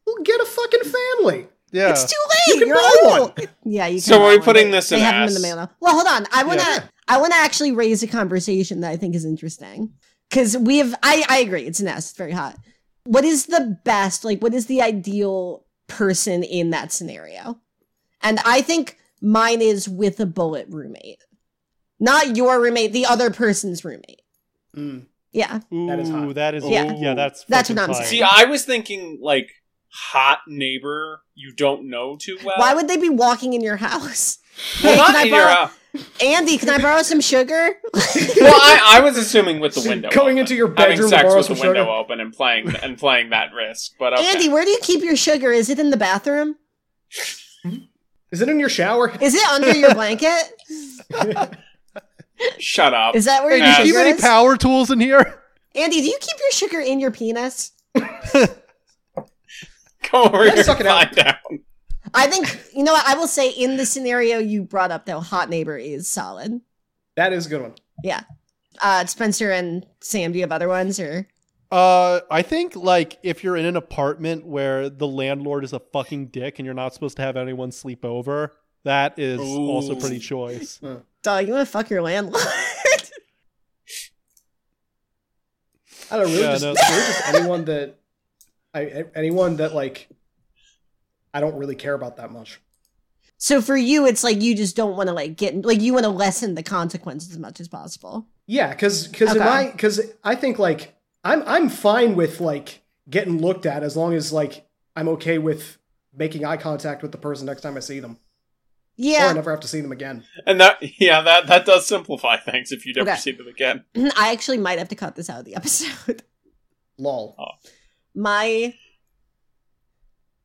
Well, get a fucking family.
Yeah.
it's too late
You can
you're
buy
old. yeah you can
So are
buy
we
one,
putting
but
this
they
in
have them in the mail
ass?
now. well hold on I want to
Yeah.
I want to actually raise a conversation that I think is interesting because we have. I I agree. It's an S. It's very hot. What is the best? Like, what is the ideal person in that scenario? And I think mine is with a bullet roommate, not your roommate, the other person's roommate.
Mm.
Yeah,
Ooh,
That
that
is
is.
hot.
Yeah.
yeah. that's.
That's what
fucking
I'm
fire.
saying.
See, I was thinking like hot neighbor you don't know too well.
why would they be walking in your house?
well,
Hey,
not
can I
in your,
borrow-
uh,
Andy, can I borrow some sugar?
well, I, I was assuming with the window
Going
open.
into your bedroom
having
to
sex
borrow
with the
some
window
sugar.
open and playing and playing that risk. But okay.
Andy, where do you keep your sugar? Is it in the bathroom?
Is it in your shower?
Is it under your blanket?
shut up.
Is that where
Hey,
your
Uh,
do you
sugar
keep any
is?
power tools in here?
Andy, do you keep your sugar in your penis?
Go over here and
suck it
find
out.
out.
I think you know what I will say in the scenario you brought up though, hot neighbor is solid.
That is a good one.
Uh Spencer and Sam, do you have other ones or
Uh, I think like if you're in an apartment where the landlord is a fucking dick and you're not supposed to have anyone sleep over, that is
Ooh.
also pretty choice.
dog, you wanna fuck your landlord?
I don't know, really,
Yeah,
just,
no.
really just anyone that I anyone that like I don't really care about that much.
so for you it's like you just don't wanna like get like you wanna lessen the consequences as much as possible.
Yeah, because because
Okay.
my because I think like I'm I'm fine with like getting looked at as long as like I'm okay with making eye contact with the person next time I see them, or I
Yeah.
never have to see them again.
And that yeah, that that does simplify things if you never
Okay.
see them again.
I actually might have to cut this out of the episode.
Lol.
my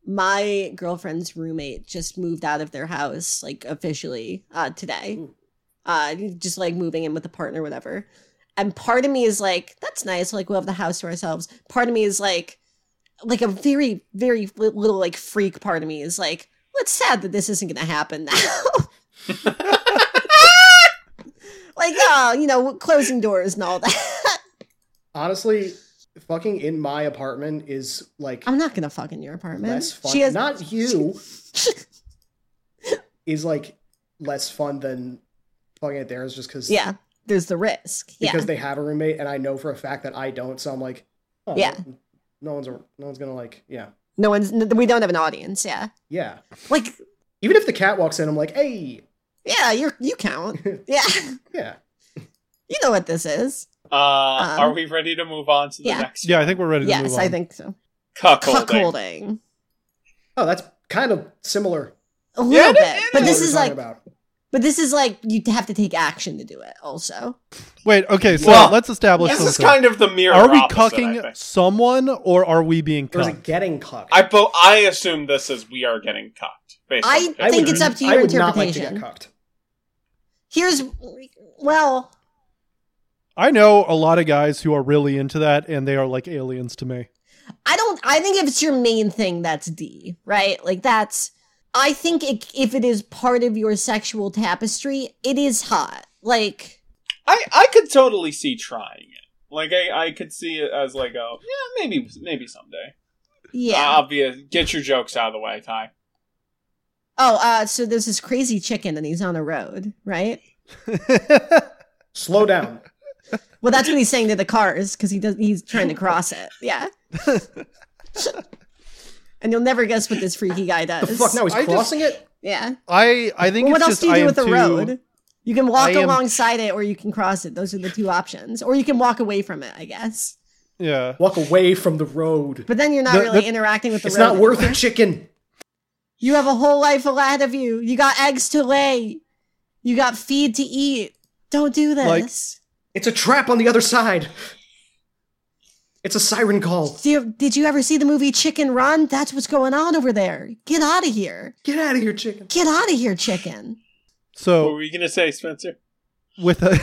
my girlfriend's roommate just moved out of their house like officially uh today
Ooh.
uh just like moving in with a partner whatever and part of me is like that's nice like we'll have the house to ourselves part of me is like like a very very li- little like freak part of me is like well it's sad that this isn't gonna happen now like oh you know closing doors and all that
Honestly, fucking in my apartment is like
i'm not gonna fuck in your apartment
less fun.
she has
Not you is like less fun than fucking at theirs, just because
yeah there's the risk yeah
because they have a roommate, and I know for a fact that I don't. So I'm like, oh,
Yeah.
no- no one's no one's gonna like, yeah,
no one's n- we don't have an audience yeah
yeah.
like
Even if the cat walks in, I'm like, hey,
yeah you're you count yeah
yeah.
you know what this is
Uh, are we ready to move on to the
Um, yeah.
next?
Yeah, I think we're ready to move
yes
on.
i think so
Cuckolding.
cuckolding
Oh, that's kind of similar.
a
Yeah,
little
it
bit
is.
but
to
this
what
is
we're
like
talking about.
but this is like you have to take action to do it also
Wait, okay, so
Well,
let's establish
This is
something.
kind of the mirror.
are we
opposite, I,
cucking
think.
someone or are we being
there's a
cucked?
getting cucked.
I bo- I assume this is we are getting cucked. Based
I
on-
think it's up to your
I would not like to get
interpretation.
cucked.
here's well
I know a lot of guys who are really into that and they are like aliens to me.
I don't. I think if it's your main thing, that's D, right? Like that's. I think it, if it is part of your sexual tapestry, it is hot. Like
I I could totally see trying it. Like I, I could see it as like a yeah maybe maybe someday. Uh,
yeah.
Obvious. Get your jokes out of the way, Ty.
oh, uh, so there's this crazy chicken, and he's on a road, right?
Slow down.
Well, that's what he's saying to the cars because he does. He's trying to cross it. Yeah. and you'll never guess what this freaky guy
the
does.
fuck? Now he's
I just-
crossing it.
Yeah.
I I think
Well, what
it's
else
just
do you
I
do
am
with a
too-
road? You can walk
I am-
alongside it, or you can cross it. Those are the two options, or you can walk away from it, I guess.
Yeah.
Walk away from the road.
But then you're not
The-
really
the-
interacting with the
It's
road.
not worth a chicken.
You have a whole life ahead of you. You got eggs to lay. You got feed to eat. Don't do this.
It's a trap on the other side. It's a siren call.
do you, did you ever see the movie Chicken Run? That's what's going on over there. Get out of here.
Get out of here, chicken.
Get out of here, chicken.
What
So
were you gonna say, Spencer?
with a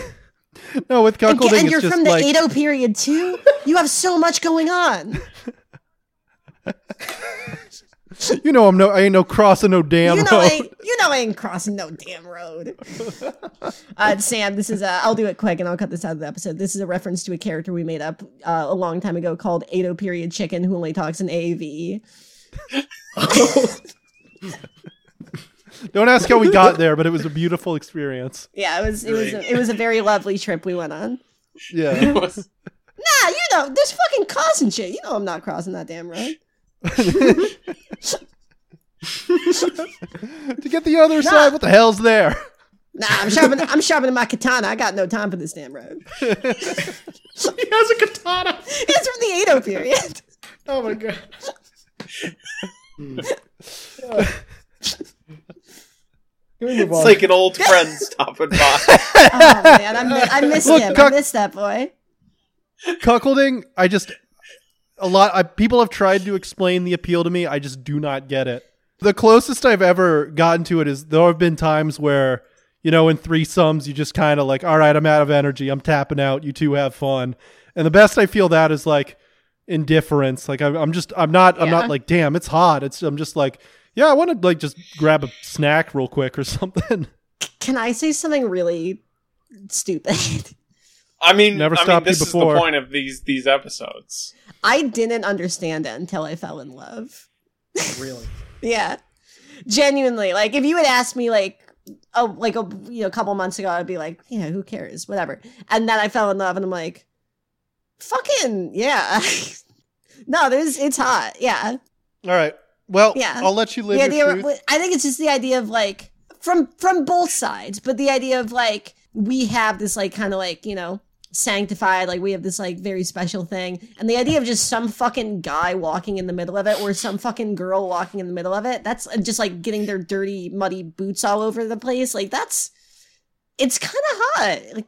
no with
And,
cuckolding,
get- and
it's
you're
just
from the
like
Edo period too? You have so much going on.
you know I'm no I ain't no crossing no damn
oh you know,
road.
I ain't, you know, I ain't crossing no damn road. uh, Sam, this is i I'll do it quick, and I'll cut this out of the episode. This is a reference to a character we made up uh, a long time ago called Ado Period Chicken, who only talks in AAV.
Don't ask how we got there, but it was a beautiful experience.
Yeah, it was it was a, it was a very lovely trip we went on.
Yeah.
Nah, you know, there's fucking cars and shit. You know, I'm not crossing that damn road.
to get the other side, what the hell's there?
Nah, I'm sharpening I'm sharpening my katana. I got no time for this damn road.
He has a katana.
It's from the Edo period.
Oh my god. Can we move on?
It's like an old friend stopping by.
Oh man, I, mi- I missed
Look,
him. I
cuck-
missed that boy.
Cuckolding, I just a lot I, people have tried to explain the appeal to me. I just do not get it. The closest I've ever gotten to it is there have been times where you know in three sums you just kind of like, all right, I'm out of energy, I'm tapping out. You two have fun, and the best I feel that is like indifference. Like I'm, I'm just I'm not I'm
Yeah.
not like damn it's hot. It's I'm just like yeah I want to like just grab a snack real quick or something.
Can I say something really stupid?
I mean,
Never
I mean,
stopped you
this
before.
is the point of these these episodes.
I didn't understand it until I fell in love.
really.
Yeah. Genuinely. Like if you had asked me like oh like a you know a couple months ago, I'd be like, you know, who cares? Whatever. And then I fell in love and I'm like, fucking yeah. no, there's it's hot. Yeah.
all right, well
Yeah.
I'll let you live
the
your
idea
truth.
I think it's just the idea of like from from both sides, but the idea of like we have this like kind of like, you know, sanctified, like we have this like very special thing. And the idea of just some fucking guy walking in the middle of it or some fucking girl walking in the middle of it, that's and just like getting their dirty, muddy boots all over the place. Like that's it's kinda hot. Like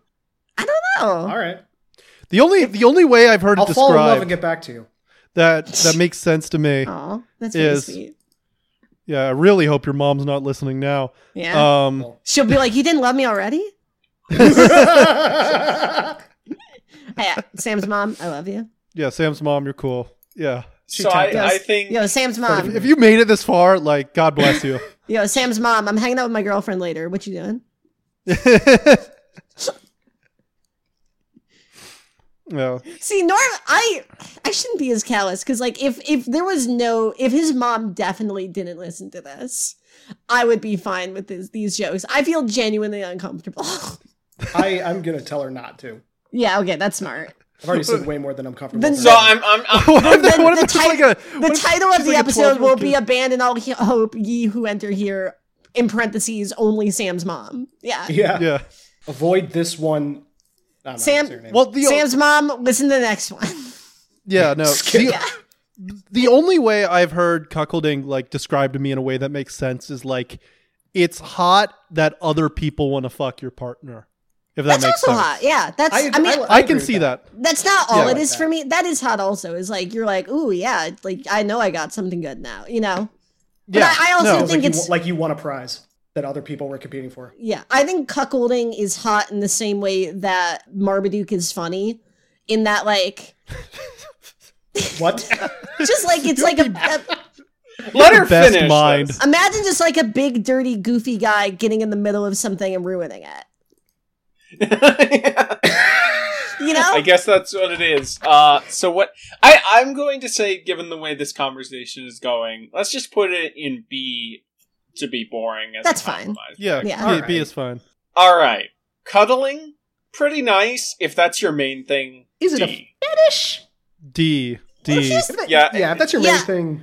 I don't know.
All right.
The only the only way I've heard
I'll
it
fall in love
described
and get back to you.
that that makes sense to me.
Aw, that's really
Is-
sweet.
Yeah, I really hope your mom's not listening now.
Yeah.
Um,
She'll be like, You didn't love me already? Yeah. Sam's mom, I love you.
yeah, Sam's mom, you're cool. Yeah,
so I,
tapped out.
I think
Yo, Sam's mom.
if you made it this far, like God bless you.
Yo, Sam's mom, I'm hanging out with my girlfriend later. What you doing?
yeah,
See, Norm, I I shouldn't be as callous because like if if there was no if his mom definitely didn't listen to this, I would be fine with this, these jokes. I feel genuinely uncomfortable.
I, I'm gonna tell her not to.
yeah, okay, that's smart.
I've already said way more than I'm comfortable.
Then-
with
so. I'm I'm, I'm
what if,
The,
what if
the
it's just
ti-
like a
the
what if
title
she's
of the
like a
episode will
12-year-old
be
kid?
"Abandon All He- Hope, Ye Who Enter Here." In parentheses, only Sam's mom. Yeah,
yeah.
yeah.
Avoid this one. I'm not
Sam-
gonna say her name.
Well, the
Sam's mom. Listen to the next one.
yeah no the, the only way I've heard cuckolding like described to me in a way that makes sense is like it's hot that other people want to fuck your partner. If that
that's
makes
also
sense,
hot. Yeah, that's. I, mean,
I
agree
can
with
see that.
That's not all
Yeah,
it is
like that.
for me. That is hot also. Is like you're like, ooh yeah, like I know I got something good now, you know? But
Yeah,
I- I also
no.
Sounds like,
think
you,
it's-
wa- like you won a prize that other people were competing for.
Yeah. I think cuckolding is hot in the same way that Marmaduke is funny. In that like
What?
just like it's like a, a-
let her
best
finish.
mind.
this.
imagine just like a big dirty goofy guy getting in the middle of something and ruining it. You know?
I guess that's what it is. Uh, so what I I'm going to say, given the way this conversation is going, let's just put it in B to be boring. As a
That's fine.
compromise.
yeah,
Yeah.
yeah.
Alright.
B is fine.
All right, cuddling, pretty nice if that's your main thing.
Is it a
D.
fetish?
D
What if
D.
that's the-
Yeah.
yeah. If that's your
Yeah.
main thing,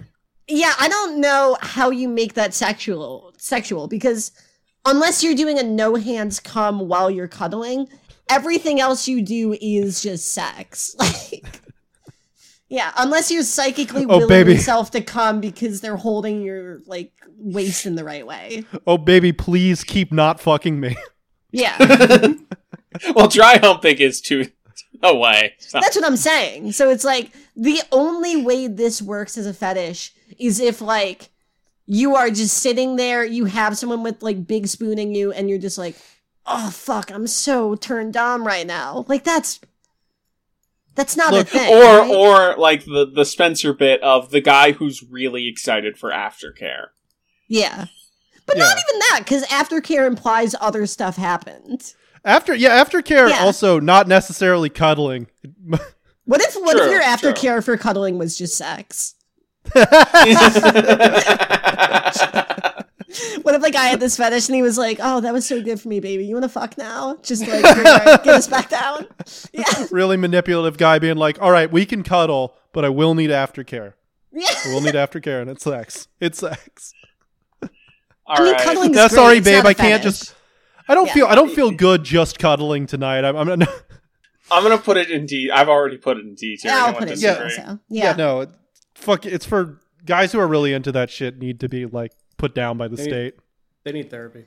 yeah, I don't know how you make that sexual sexual because unless you're doing a no hands come while you're cuddling, everything else you do is just sex. Like Yeah, unless you're psychically
Oh,
willing
baby.
yourself to come because they're holding your like waist in the right way.
Oh baby, please keep not fucking me.
Yeah,
well, dry humping is too away. So.
that's what I'm saying. So it's like the only way this works as a fetish is if like you are just sitting there, you have someone with like big spooning you, and you're just like, oh fuck, I'm so turned on right now. Like that's that's not a
Look,
thing.
or
right?
or like the the Spencer bit of the guy who's really excited for aftercare.
yeah, but not even that because aftercare implies other stuff happened.
After yeah, aftercare
Yeah.
also not necessarily cuddling.
What if what
True,
if your
true.
aftercare for cuddling was just sex? What if like I had this fetish and he was like, "Oh, that was so good for me, baby. You want to fuck now? Just like here, get us back down." Yeah,
really manipulative guy being like, "All right, we can cuddle, but I will need aftercare. I
yeah.
will need aftercare, and it's sex. It's sex.
All
I mean,
right.
cuddling's
Yeah,
great.
sorry,
It's not
babe,
a
I can't
fetish.
just- I don't
Yeah.
feel I don't feel good just cuddling tonight. I'm, I'm not,
I'm gonna put it in D. I've already put it in D tier.
Yeah, I'll
Anyone
put it.
disagree?
Yeah, also.
yeah.
yeah.
no, it, fuck. It's for guys who are really into that shit need to be like put down by the
They-
state.
They need therapy.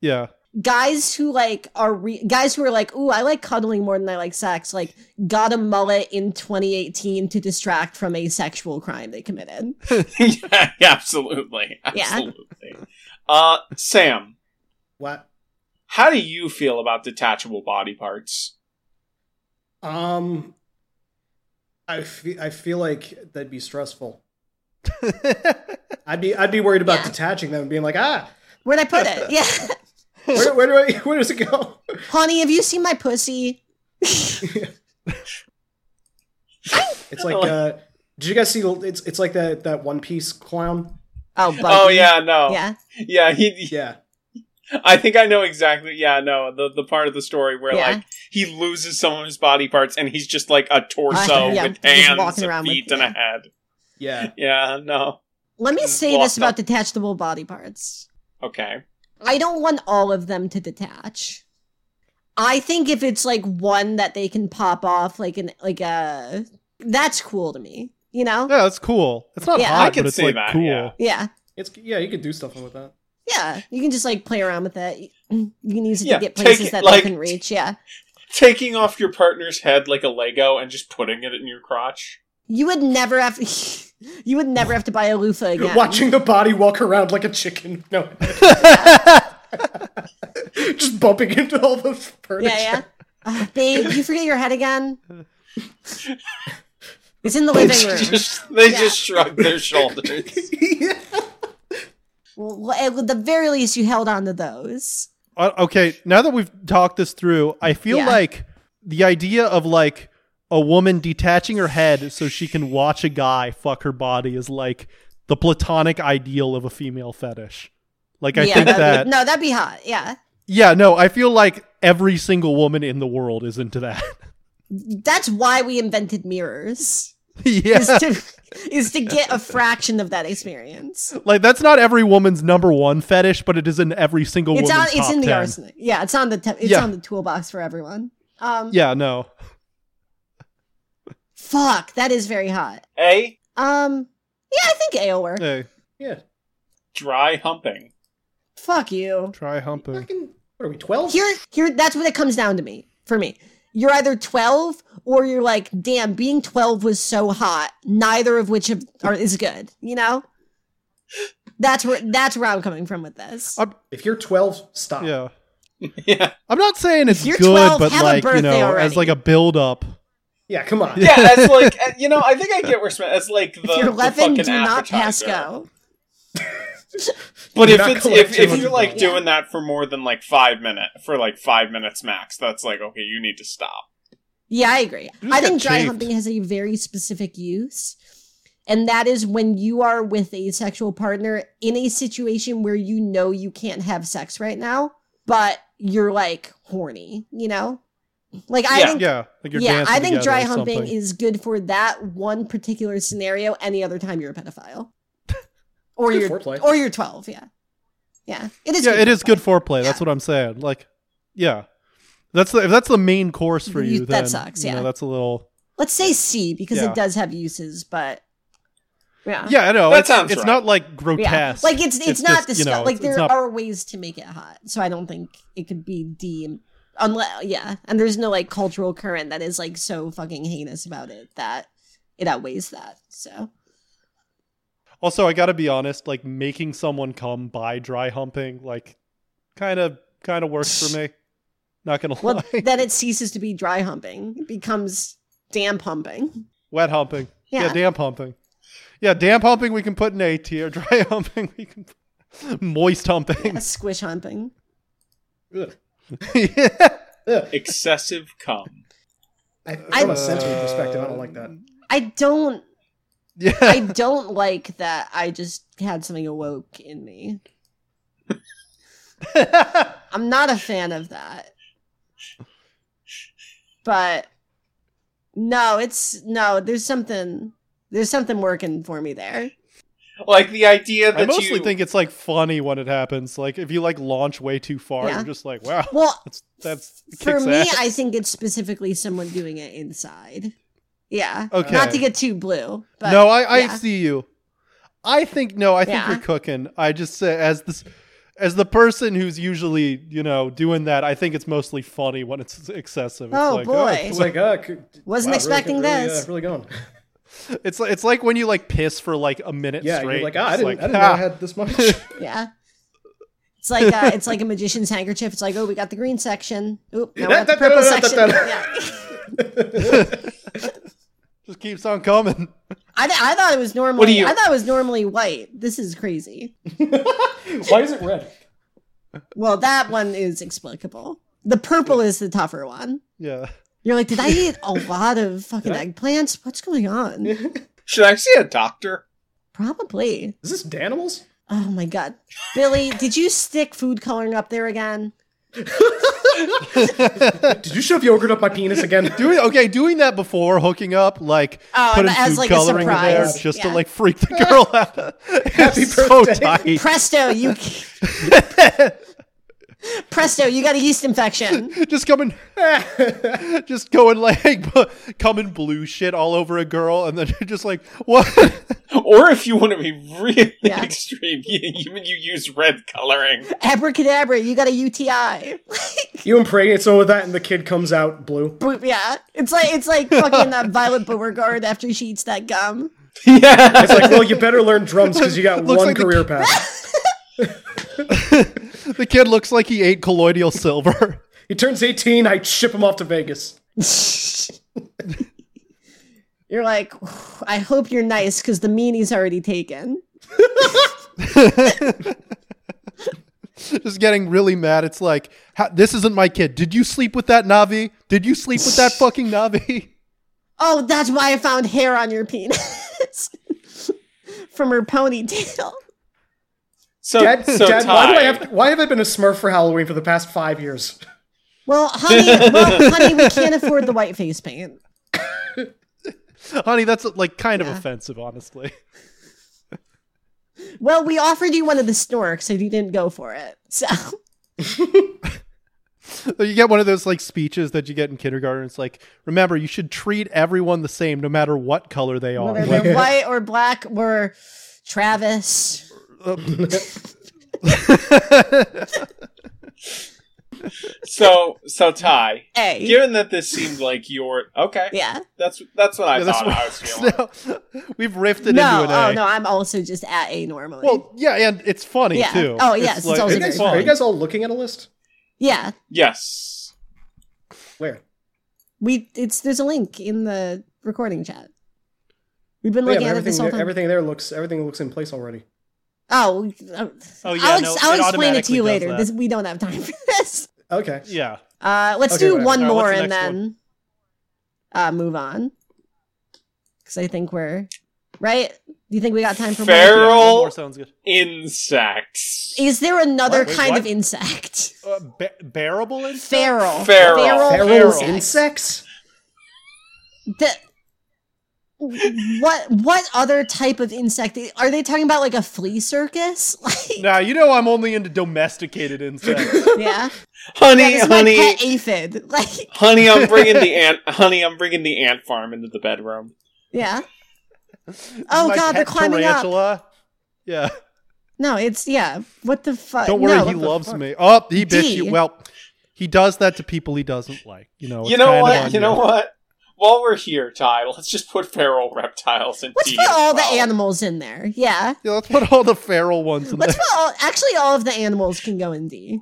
Yeah,
Guys who like are re- guys who are like, "Ooh, I like cuddling more than I like sex." Like, got a mullet in 2018 to distract from a sexual crime they committed.
yeah, absolutely. Absolutely. Uh, Sam,
What?
how do you feel about detachable body parts?
Um, I feel I feel like that'd be stressful. I'd be I'd be worried about
Yeah.
detaching them and being like, ah,
Where'd I put it? Yeah,
where, do- where do I where does it go?
honey, have you seen my pussy?
It's like uh, did you guys see? It's it's like that that One Piece clown.
Oh, Bucky.
Oh yeah, no, yeah,
yeah,
he, he-
Yeah,
I think I know exactly. Yeah, no, the the part of the story where
Yeah.
like he loses some of his body parts and he's just like a torso
Uh, yeah,
with
just
hands,
walking
and
around with-
feet, and a head.
yeah.
Yeah, no,
Let me say
Well,
this about
no.
detachable body parts.
okay,
I don't want all of them to detach. I think if it's like one that they can pop off, like an like a that's cool to me. You know?
yeah, it's cool. It's not
Yeah.
hot,
I can
but it's
see
like
that,
cool.
yeah.
Yeah,
It's yeah. You could do something with that.
yeah. You can just like play around with it. You can use it
Yeah,
to get
take
places
it,
that
like-
they can reach. Yeah,
taking off your partner's head like a Lego and just putting it in your crotch.
you would never have. you would never have to buy a loofah again.
Watching the body walk around like a chicken. No, just bumping into all the furniture.
Yeah, yeah. Uh, babe, you forget your head again. it's in the living room.
just, they
Yeah.
just shrug their shoulders.
yeah.
Well, at the very least, you held on to those.
Uh, okay, now that we've talked this through, I feel
Yeah.
like the idea of like a woman detaching her head so she can watch a guy fuck her body is like the platonic ideal of a female fetish. Like I
yeah,
think
that'd be-
that
no, that'd be hot. Yeah.
Yeah, no, I feel like every single woman in the world is into that.
that's why we invented mirrors
yeah.
is to is to get a fraction of that experience.
like that's not every woman's number one fetish, but it is in every single
It's on
woman's
it's
top
in the
10.
arsenal. Yeah, it's on the te- it's
Yeah.
on the toolbox for everyone. Um
Yeah, no.
fuck, that is very hot.
A
Um yeah, I think A will work.
Hey,
Yeah.
dry humping.
Fuck you.
try humping.
Fucking, what are we? Twelve?
Here here that's what it comes down to me for me. You're either 12 or you're like, damn, being 12 was so hot. Neither of which of- are, is good, you know? That's where that's where I'm coming from with this.
Uh,
If you're twelve, stop.
Yeah.
Yeah,
I'm not saying it's
You're
good,
12,
but
have a
like, you
birthday
know,
already.
as like a build up.
Yeah, Come on.
yeah. That's like uh, you know. I think I get where Spen- That's like the,
if you're
the
11,
fucking
do not
appetizer.
pass go.
But
Do
if
not
it's
collect
if, if
200
you're like
bucks.
doing that for more than like five minute for like five minutes max, that's like okay, you need to stop.
Yeah, I agree.
You just
I
got
think dry
chafed.
humping has a very specific use, and that is when you are with a sexual partner in a situation where you know you can't have sex right now, but you're like horny, you know? Like I
Yeah.
think
Yeah, like you're
yeah,
dancing
I think
together
dry
or
humping
something.
is good for that one particular scenario any other time you're a pedophile. Or
Good
you're
foreplay.
or you're 12, yeah. Yeah. It is
yeah, it is
foreplay.
good foreplay. That's what I'm saying. Like, yeah, that's the, if that's the main course for
You-
you.
that
then,
sucks,
you know,
yeah.
that's a little
Let's say C because
Yeah.
it does have uses, but yeah.
Yeah, I know.
That
it's,
sounds
It's
right.
not like
Uh-huh. Yeah.
grotesque.
Like it's it's,
It's
not
just, you
disgu-
know,
like
it's-
there
it's not-
are ways to make it hot. So I don't think it could be D unless yeah. And there's no like cultural current that is like so fucking heinous about it that it outweighs that. So
Also, I gotta be honest. Like making someone come by dry humping, like, kind of kind of works for me. Not gonna
well
lie.
then it ceases to be dry humping. It becomes damp humping.
Wet humping. Yeah.
Yeah.
damp humping. Yeah, damp humping we can put in A tier. Dry humping we can put moist humping.
A squish humping.
Ugh.
yeah.
Ugh.
Excessive cum.
I,
I-
from a sensory perspective, I don't like that.
I don't
Yeah.
I don't like that I just had something awoke in me. I'm not a fan of that. But no, it's no, there's something there's something working for me there.
Like the idea that
I mostly
you
think it's like funny when it happens. Like if you like launch way too far,
Yeah.
you're just like, wow,
Well,
that's that's it
for
kicks
me,
ass.
I think it's specifically someone doing it inside. Yeah.
Okay.
Not to get too blue, but
no, I, I
yeah.
see you. I think no, I think
Yeah.
you're cooking. I just say as this as the person who's usually you know doing that, I think it's mostly funny when it's excessive. It's
Oh,
like,
boy.
It's like, uh, c-
Wasn't
wow, really
expecting
good- really,
this.
uh, really going.
It's like, it's like when you like piss for like a minute
Yeah,
straight.
you're like, ah, I
It's
didn't, I didn't know
ah.
I had this much.
Yeah. It's like uh, it's like a magician's handkerchief. It's like, oh, we got the green section. Oop, now we got the purple section. Yeah.
just keeps on coming.
I, th- I thought it was normally.
do you-
I thought it was normally white. This is crazy.
Why is it red?
Well, that one is explicable. The purple is the tougher one.
Yeah,
You're like, did I eat a lot of fucking eggplants? What's going on?
should I see a doctor?
Probably.
Is this Danimals?
Oh my god, Billy, did you stick food coloring up there again?
Did you shove yogurt up my penis again?
doing okay, doing that before hooking up, like
Oh,
putting
as,
food
like, a
coloring in there
surprise.
just to
Yeah.
like freak the girl out.
Happy
It's so
birthday.
tight.
Presto, you. Presto, you got a yeast infection.
just coming, just going like bu- coming blue shit all over a girl, and then you're just like what?
Or if you want to be really
Yeah.
extreme, you, you you use red coloring.
Abracadabra, you got a UTI. Like,
You impregnate someone with that, and the kid comes out blue.
boop, yeah, it's like it's like fucking uh, Violet Beauregard after she eats that gum.
Yeah.
It's like, well, you better learn drums because you got
Looks
one
like the-
career path.
the kid looks like he ate colloidal silver.
He turns 18, I ship him off to Vegas.
You're like, I hope you're nice because the meanie's already taken.
just getting really mad. It's like "Ha- this isn't my kid. Did you sleep with that Navi? Did you sleep with that fucking Navi?
Oh, that's why I found hair on your penis from her ponytail.
So,
Dad,
so
Dad, why do I
Ty,
have? why have I been a Smurf for Halloween for the past five years?
Well, honey, well, honey, we can't afford the white face paint.
Honey, that's like kind
Yeah.
of offensive, honestly.
Well, we offered you one of the snorks and you didn't go for it. So,
You get one of those like speeches that you get in kindergarten. It's like, remember, you should treat everyone the same, no matter what color they are.
whether
Like,
they're white or black or Travis,
so so Ty.
A.
Given that this seemed like your okay,
yeah.
that's that's what I
yeah, that's
thought I was feeling.
what- now, we've rifted
No,
into an
oh
A.
no, I'm also just at A normally.
Well, yeah, and it's funny
Yeah.
too.
Oh, yes, it's
Are
also very
you, guys,
funny.
are you guys all looking at a list?
yeah,
Yes,
Where?
we it's there's a link in the recording chat. We've been
Yeah,
looking
but
at it this
everything,
whole time.
everything there looks everything looks in place already.
Oh, oh,
Oh, yeah,
I'll,
no,
I'll
it
explain it to you
automatically
later.
does
This, we don't have time for this.
Okay.
yeah.
Uh, let's
Okay,
do
whatever.
one
All right, what's
more
the
and
next
then uh, move on. Because I think we're right. Do you think we got time for more?
Yeah,
Fair.
one
Feral-
more sounds good.
insects.
Is there another
What? Wait,
kind
what?
of insect?
Uh, ba- bearable and
Feral.
Feral.
Feral
Feral insect.
insects.
The- what what other type of insect are they talking about? Like a flea circus? Like,
Now you know I'm only into domesticated insects.
yeah,
honey,
yeah, this is my
honey,
pet aphid. Like,
honey, I'm bringing the ant, honey, I'm bringing the ant farm into the bedroom.
yeah. Oh
My
God, they're
pet
climbing up.
tarantula. Yeah.
No, it's yeah. What the fuck?
Don't worry,
Uh, no,
he
what the
loves
fuck?
me. Oh, he bitch
D.
you. Well, he does that to people he doesn't like. You
Oh,
know. it's
you know
kind of
what?
on
You know what? While we're here, Ty, let's just put feral reptiles in
Let's
tea
put
as
all the
well.
animals in there. Yeah.
Yeah, let's put all the feral ones in
Let's
there.
put all. Actually, all of the animals can go in D.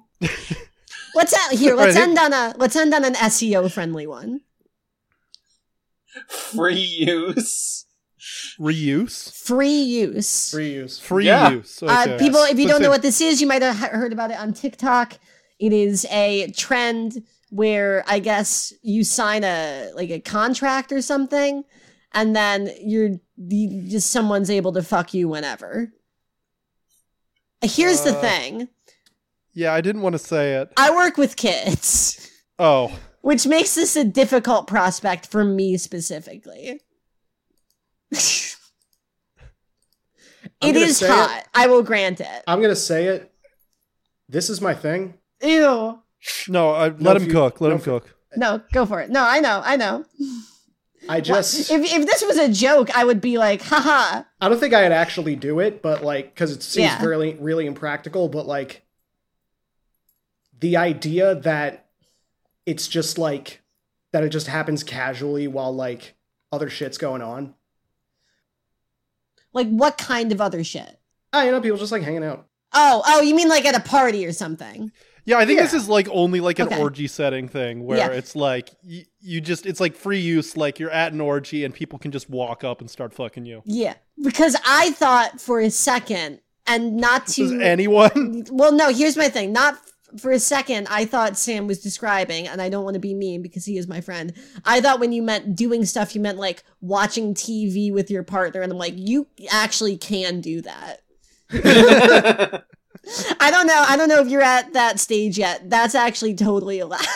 Let's end here. Let's
Right, here-
end on a. Let's end on an SEO friendly one.
Free use.
Reuse,
Free use.
Reuse.
free
Yeah.
use.
Uh,
Okay.
people, if you don't know
Listen,
what this is, you might have he- heard about it on TikTok. It is a trend where I guess you sign a like a contract or something, and then you're you, just someone's able to fuck you whenever. Here's the
Uh.
thing:
yeah, I didn't want to say it.
I work with kids,
Oh,
which makes this a difficult prospect for me specifically. it
I'm gonna
is
say it.
hot. I will grant it.
I'm gonna say it. This is my thing.
Ew.
no, I, let
No
him
fu-
cook. Let
no
him
fu-
cook.
No, go for it. No, I know, I know.
I just
If, if this was a joke, I would be like, haha.
I don't think I'd actually do it, but like because it seems
Yeah.
really really impractical. But like the idea that it's just like that it just happens casually while like other shit's going on.
Like, what kind of other shit?
I Ah, you know people just like hanging out.
Oh, oh, you mean like at a party or something?
Yeah, I think this
Yeah.
is like only like an
Okay.
orgy setting thing where
Yeah.
it's like you, you just it's like free use. Like you're at an orgy and people can just walk up and start fucking you.
Yeah. Because I thought for a second, and not
Does
to.
anyone?
well, no, here's my thing. Not f- for a second, I thought Sam was describing, and I don't want to be mean because he is my friend. I thought when you meant doing stuff, you meant like watching TV with your partner, and I'm like, you actually can do that. I don't know. I don't know if you're at that stage yet. That's actually totally allowed.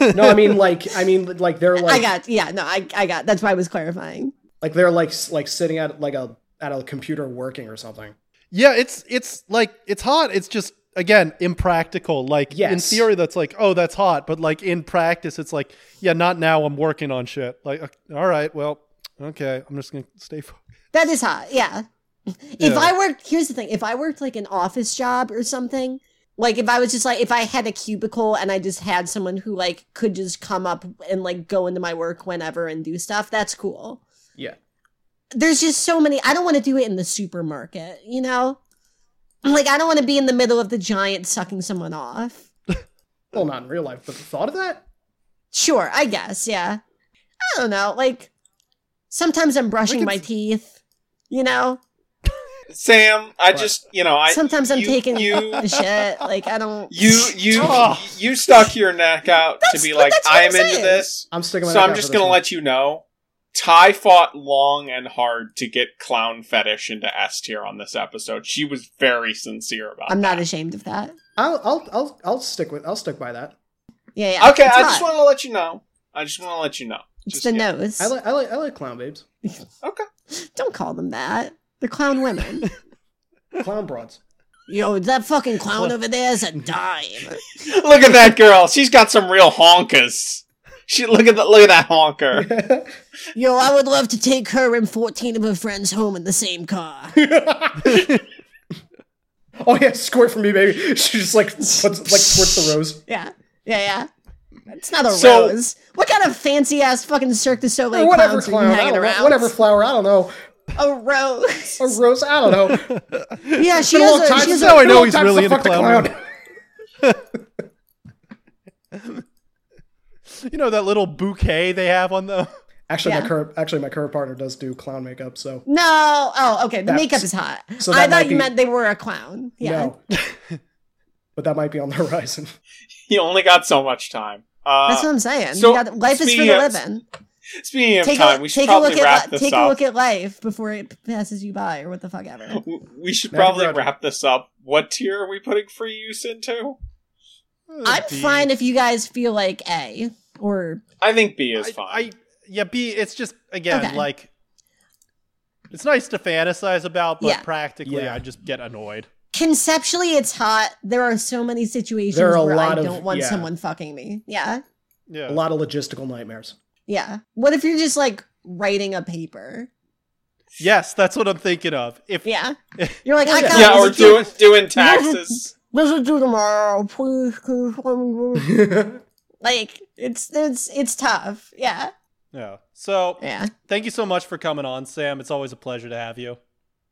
No, I mean like I mean like they're like
I got yeah, no, I I got that's why I was clarifying.
like they're like s- like sitting at like a at a computer working or something.
Yeah, it's it's like it's hot. It's just again impractical. Like in
Yes.
theory, that's like oh that's hot, but like in practice, it's like yeah, not now. I'm working on shit. Like uh, all right, well, okay, I'm just gonna stay. F-
That is hot, yeah. If
Yeah.
I worked here's the thing, if I worked like an office job or something, like if I was just like if I had a cubicle and I just had someone who like could just come up and like go into my work whenever and do stuff, that's cool.
Yeah.
There's just so many I don't want to do it in the supermarket, you know? Like I don't want to be in the middle of the giant sucking someone off.
Well, not in real life, but the thought of that.
Sure, I guess, yeah. I don't know, like sometimes I'm brushing
can
my
s-
teeth, you know?
Sam, I
What?
just you know I
sometimes I'm
you-
taking
you.
a shit. Like I don't
You you
Oh.
you stuck your neck out to
That's-
be like
that's what
I
I'm
am into
saying.
this,
I'm sticking. My
so
neck
I'm
out
just
for this
gonna
one.
let you know. Ty fought long and hard to get clown fetish into S tier on this episode. She was very sincere about.
I'm not
that.
ashamed of that.
I'll I'll I'll I'll stick with I'll stick by that.
Yeah, yeah.
okay,
it's
I
hot.
just want to let you know. I just want to let you know.
it's
Just-
the
yeah.
nose.
I like I like I like clown babes,
don't call them that. They're clown women.
clown broads.
Yo, that fucking clown over there is a dime.
Look at that girl. She's got some real honkers. She look at that. Look at that honker.
Yo, I would love to take her and 14 of her friends home in the same car.
oh yeah, squirt for me, baby. She just like puts, like squirts the rose.
Yeah, yeah, yeah. It's not a
So-
rose. What kind of fancy ass fucking Cirque du Soleil
Or whatever
clowns are you
clown, I
hanging
don't know.
around?
Whatever flower, I don't know.
A rose.
A rose, I don't know. It's
Yeah, she
been a long
has a,
time
she has
since-
a
I
been a
know
long
he's
time since
really
I
into
fucked a
clown. you know that little bouquet they have on the.
Actually,
Yeah.
my current actually my current partner does do clown makeup, so
No. Oh, okay. The
That's-
makeup is hot.
so
I thought
that might
you
be-
meant they were a clown. Yeah.
no. but that might be on the horizon.
You only got so much time. Uh,
That's what I'm saying.
so,
You got- life is for
speaking
the
of-
living.
Speaking of
Take
time,
a,
we should
take a
probably
look
wrap
at li-
this
take
up.
a look at life before it passes you by, or what the fuck ever.
we should
Matthew
probably
Broderick.
wrap this up. What tier are we putting free use into?
I'm fine if you guys feel like A or
I think B is
I,
fine.
I yeah, B. It's just again
Okay.
like It's nice to fantasize about, but
Yeah.
practically,
Yeah.
I just get annoyed.
Conceptually, it's hot. There are so many situations
There are a
where I
lot of-
don't want
yeah.
someone fucking me. Yeah.
Yeah.
A lot of logistical nightmares.
Yeah. What if you're just like writing a paper?
Yes, that's what I'm thinking of. If
Yeah. You're like, I got
yeah, or
this do-
doing doing taxes.
this is due tomorrow. Please, please, please. like it's it's it's tough. Yeah.
yeah. So
Yeah.
thank you so much for coming on, Sam. It's always a pleasure to have you.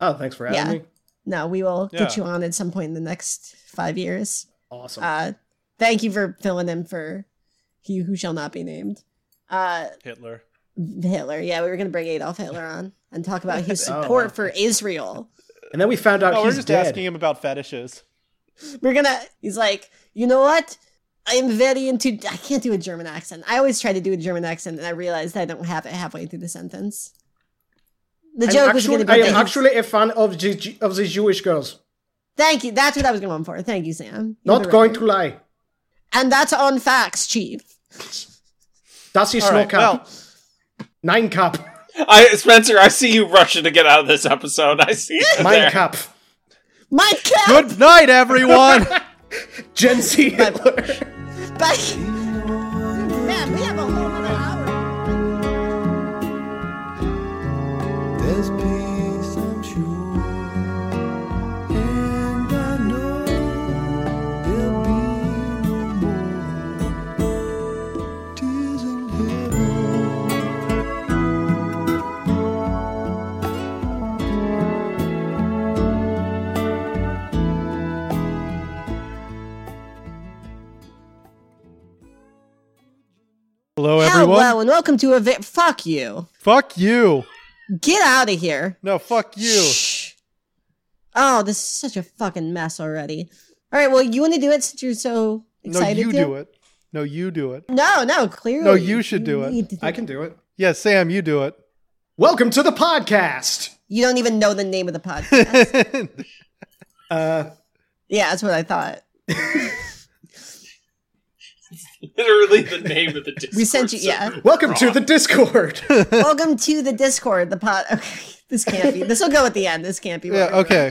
oh, thanks for having
Yeah.
me.
No, we will get
Yeah.
you on at some point in the next five years.
Awesome.
Uh, thank you for filling in for he who shall not be named. Uh,
Hitler.
Hitler. Yeah, we were gonna bring Adolf Hitler on and talk about his
Oh,
support
wow.
for Israel.
and then we found out
No, we're
he's
just
dead.
asking him about fetishes.
We're gonna. He's like, you know what? I am very into. I can't do a German accent. I always try to do a German accent, and I realized I don't have it halfway through the sentence. The
I'm
joke was
actually,
gonna be.
I am
that he's-
actually a fan of the, Ju- of the Jewish girls.
Thank you. That's what I was going for. Thank you, Sam. You're
Not
the
going
writer.
to lie.
And that's on facts, Chief.
Das ist
All
no
right.
cap.
Well,
Nine cap.
I Spencer, I see you rushing to get out of this episode. I see you
Mein
there.
cap.
My cat.
good night, everyone.
Gen Z Hitler.
Bye. Man, we have a whole other hour.
There's peace, I'm sure. And I know there'll be no more tears in heaven.
Hello, everyone.
Hello and welcome to a vi- fuck you.
Fuck you.
Get out of here.
No, fuck you.
Shh. Oh, this is such a fucking mess already. All right, well, you want to do it since you're so
No,
excited.
you
to?
do it. No, you do it.
No, no, clearly.
No, you should do it.
need to
I can do it.
Yeah, Sam, you do
Welcome to the podcast.
You don't even know the name of the podcast.
it.
Uh,
yeah, that's what I thought.
Literally the name of the Discord
We sent you. Yeah.
welcome to the Discord.
Welcome to the Discord. The pod. Okay, this can't be. This will go at the end. This can't be.
yeah, okay.